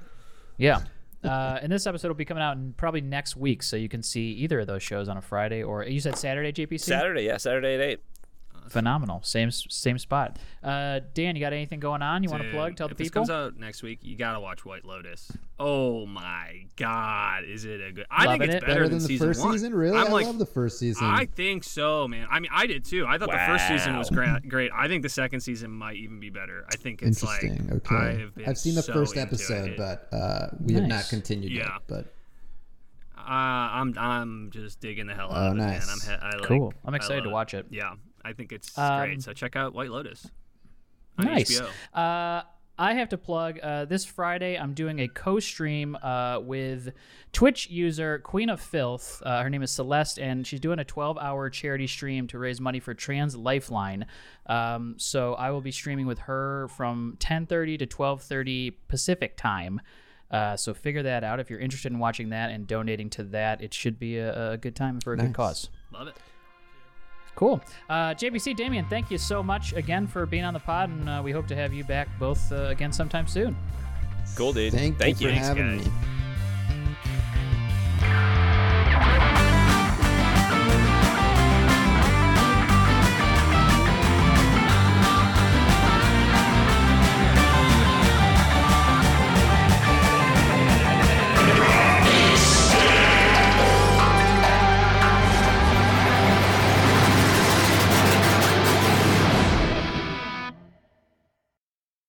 [SPEAKER 2] Yeah. Uh, and this episode will be coming out in probably next week, so you can see either of those shows on a Friday or you said Saturday, JPC.
[SPEAKER 3] Saturday, yeah, Saturday at eight.
[SPEAKER 2] Phenomenal. Same s- same spot. Uh, Dan, you got anything going on? You want to
[SPEAKER 1] Dude,
[SPEAKER 2] plug? Tell the
[SPEAKER 1] if this
[SPEAKER 2] people.
[SPEAKER 1] comes out next week, you gotta watch White Lotus. Oh my God, is it a good? I think
[SPEAKER 2] Loving
[SPEAKER 1] it's
[SPEAKER 2] it.
[SPEAKER 1] better,
[SPEAKER 12] Better than the
[SPEAKER 1] season
[SPEAKER 12] first
[SPEAKER 1] one.
[SPEAKER 12] season, really?
[SPEAKER 1] I'm
[SPEAKER 12] I
[SPEAKER 1] like,
[SPEAKER 12] love the first season.
[SPEAKER 1] I think so, man. I mean, I did too. I thought the first season was
[SPEAKER 3] Wow.
[SPEAKER 1] gra- great. I think the second season might even be better. I think it's like
[SPEAKER 12] Interesting.
[SPEAKER 1] I
[SPEAKER 12] okay.
[SPEAKER 1] have been
[SPEAKER 12] I've seen the
[SPEAKER 1] so
[SPEAKER 12] first
[SPEAKER 1] into
[SPEAKER 12] episode,
[SPEAKER 1] it.
[SPEAKER 12] but uh, we have not
[SPEAKER 2] Nice.
[SPEAKER 12] continued
[SPEAKER 1] Yeah.
[SPEAKER 12] yet. But
[SPEAKER 1] uh, I'm I'm just digging the hell out
[SPEAKER 12] Oh,
[SPEAKER 1] of it, man.
[SPEAKER 12] nice.
[SPEAKER 1] I'm he- I like,
[SPEAKER 2] Cool. I'm
[SPEAKER 1] I
[SPEAKER 2] excited to
[SPEAKER 1] love
[SPEAKER 2] watch it.
[SPEAKER 1] Yeah, I think it's
[SPEAKER 2] Um,
[SPEAKER 1] great. So check out White Lotus. on
[SPEAKER 2] Nice.
[SPEAKER 1] HBO.
[SPEAKER 2] Uh, I have to plug uh, this Friday. I'm doing a co-stream uh, with Twitch user Queen of Filth. Uh, her name is Celeste, and she's doing a 12-hour charity stream to raise money for Trans Lifeline. Um, so I will be streaming with her from 10:30 to 12:30 Pacific time. Uh, so figure that out if you're interested in watching that and donating to that. It should be a, a good time for a good cause.
[SPEAKER 1] Love it.
[SPEAKER 2] Cool. Uh, JBC, Damien, thank you so much again for being on the pod, and uh, we hope to have you back both uh, again sometime soon.
[SPEAKER 3] Cool, dude.
[SPEAKER 12] thank,
[SPEAKER 3] Thank
[SPEAKER 12] you for
[SPEAKER 3] you.
[SPEAKER 12] having
[SPEAKER 1] guys.
[SPEAKER 12] me.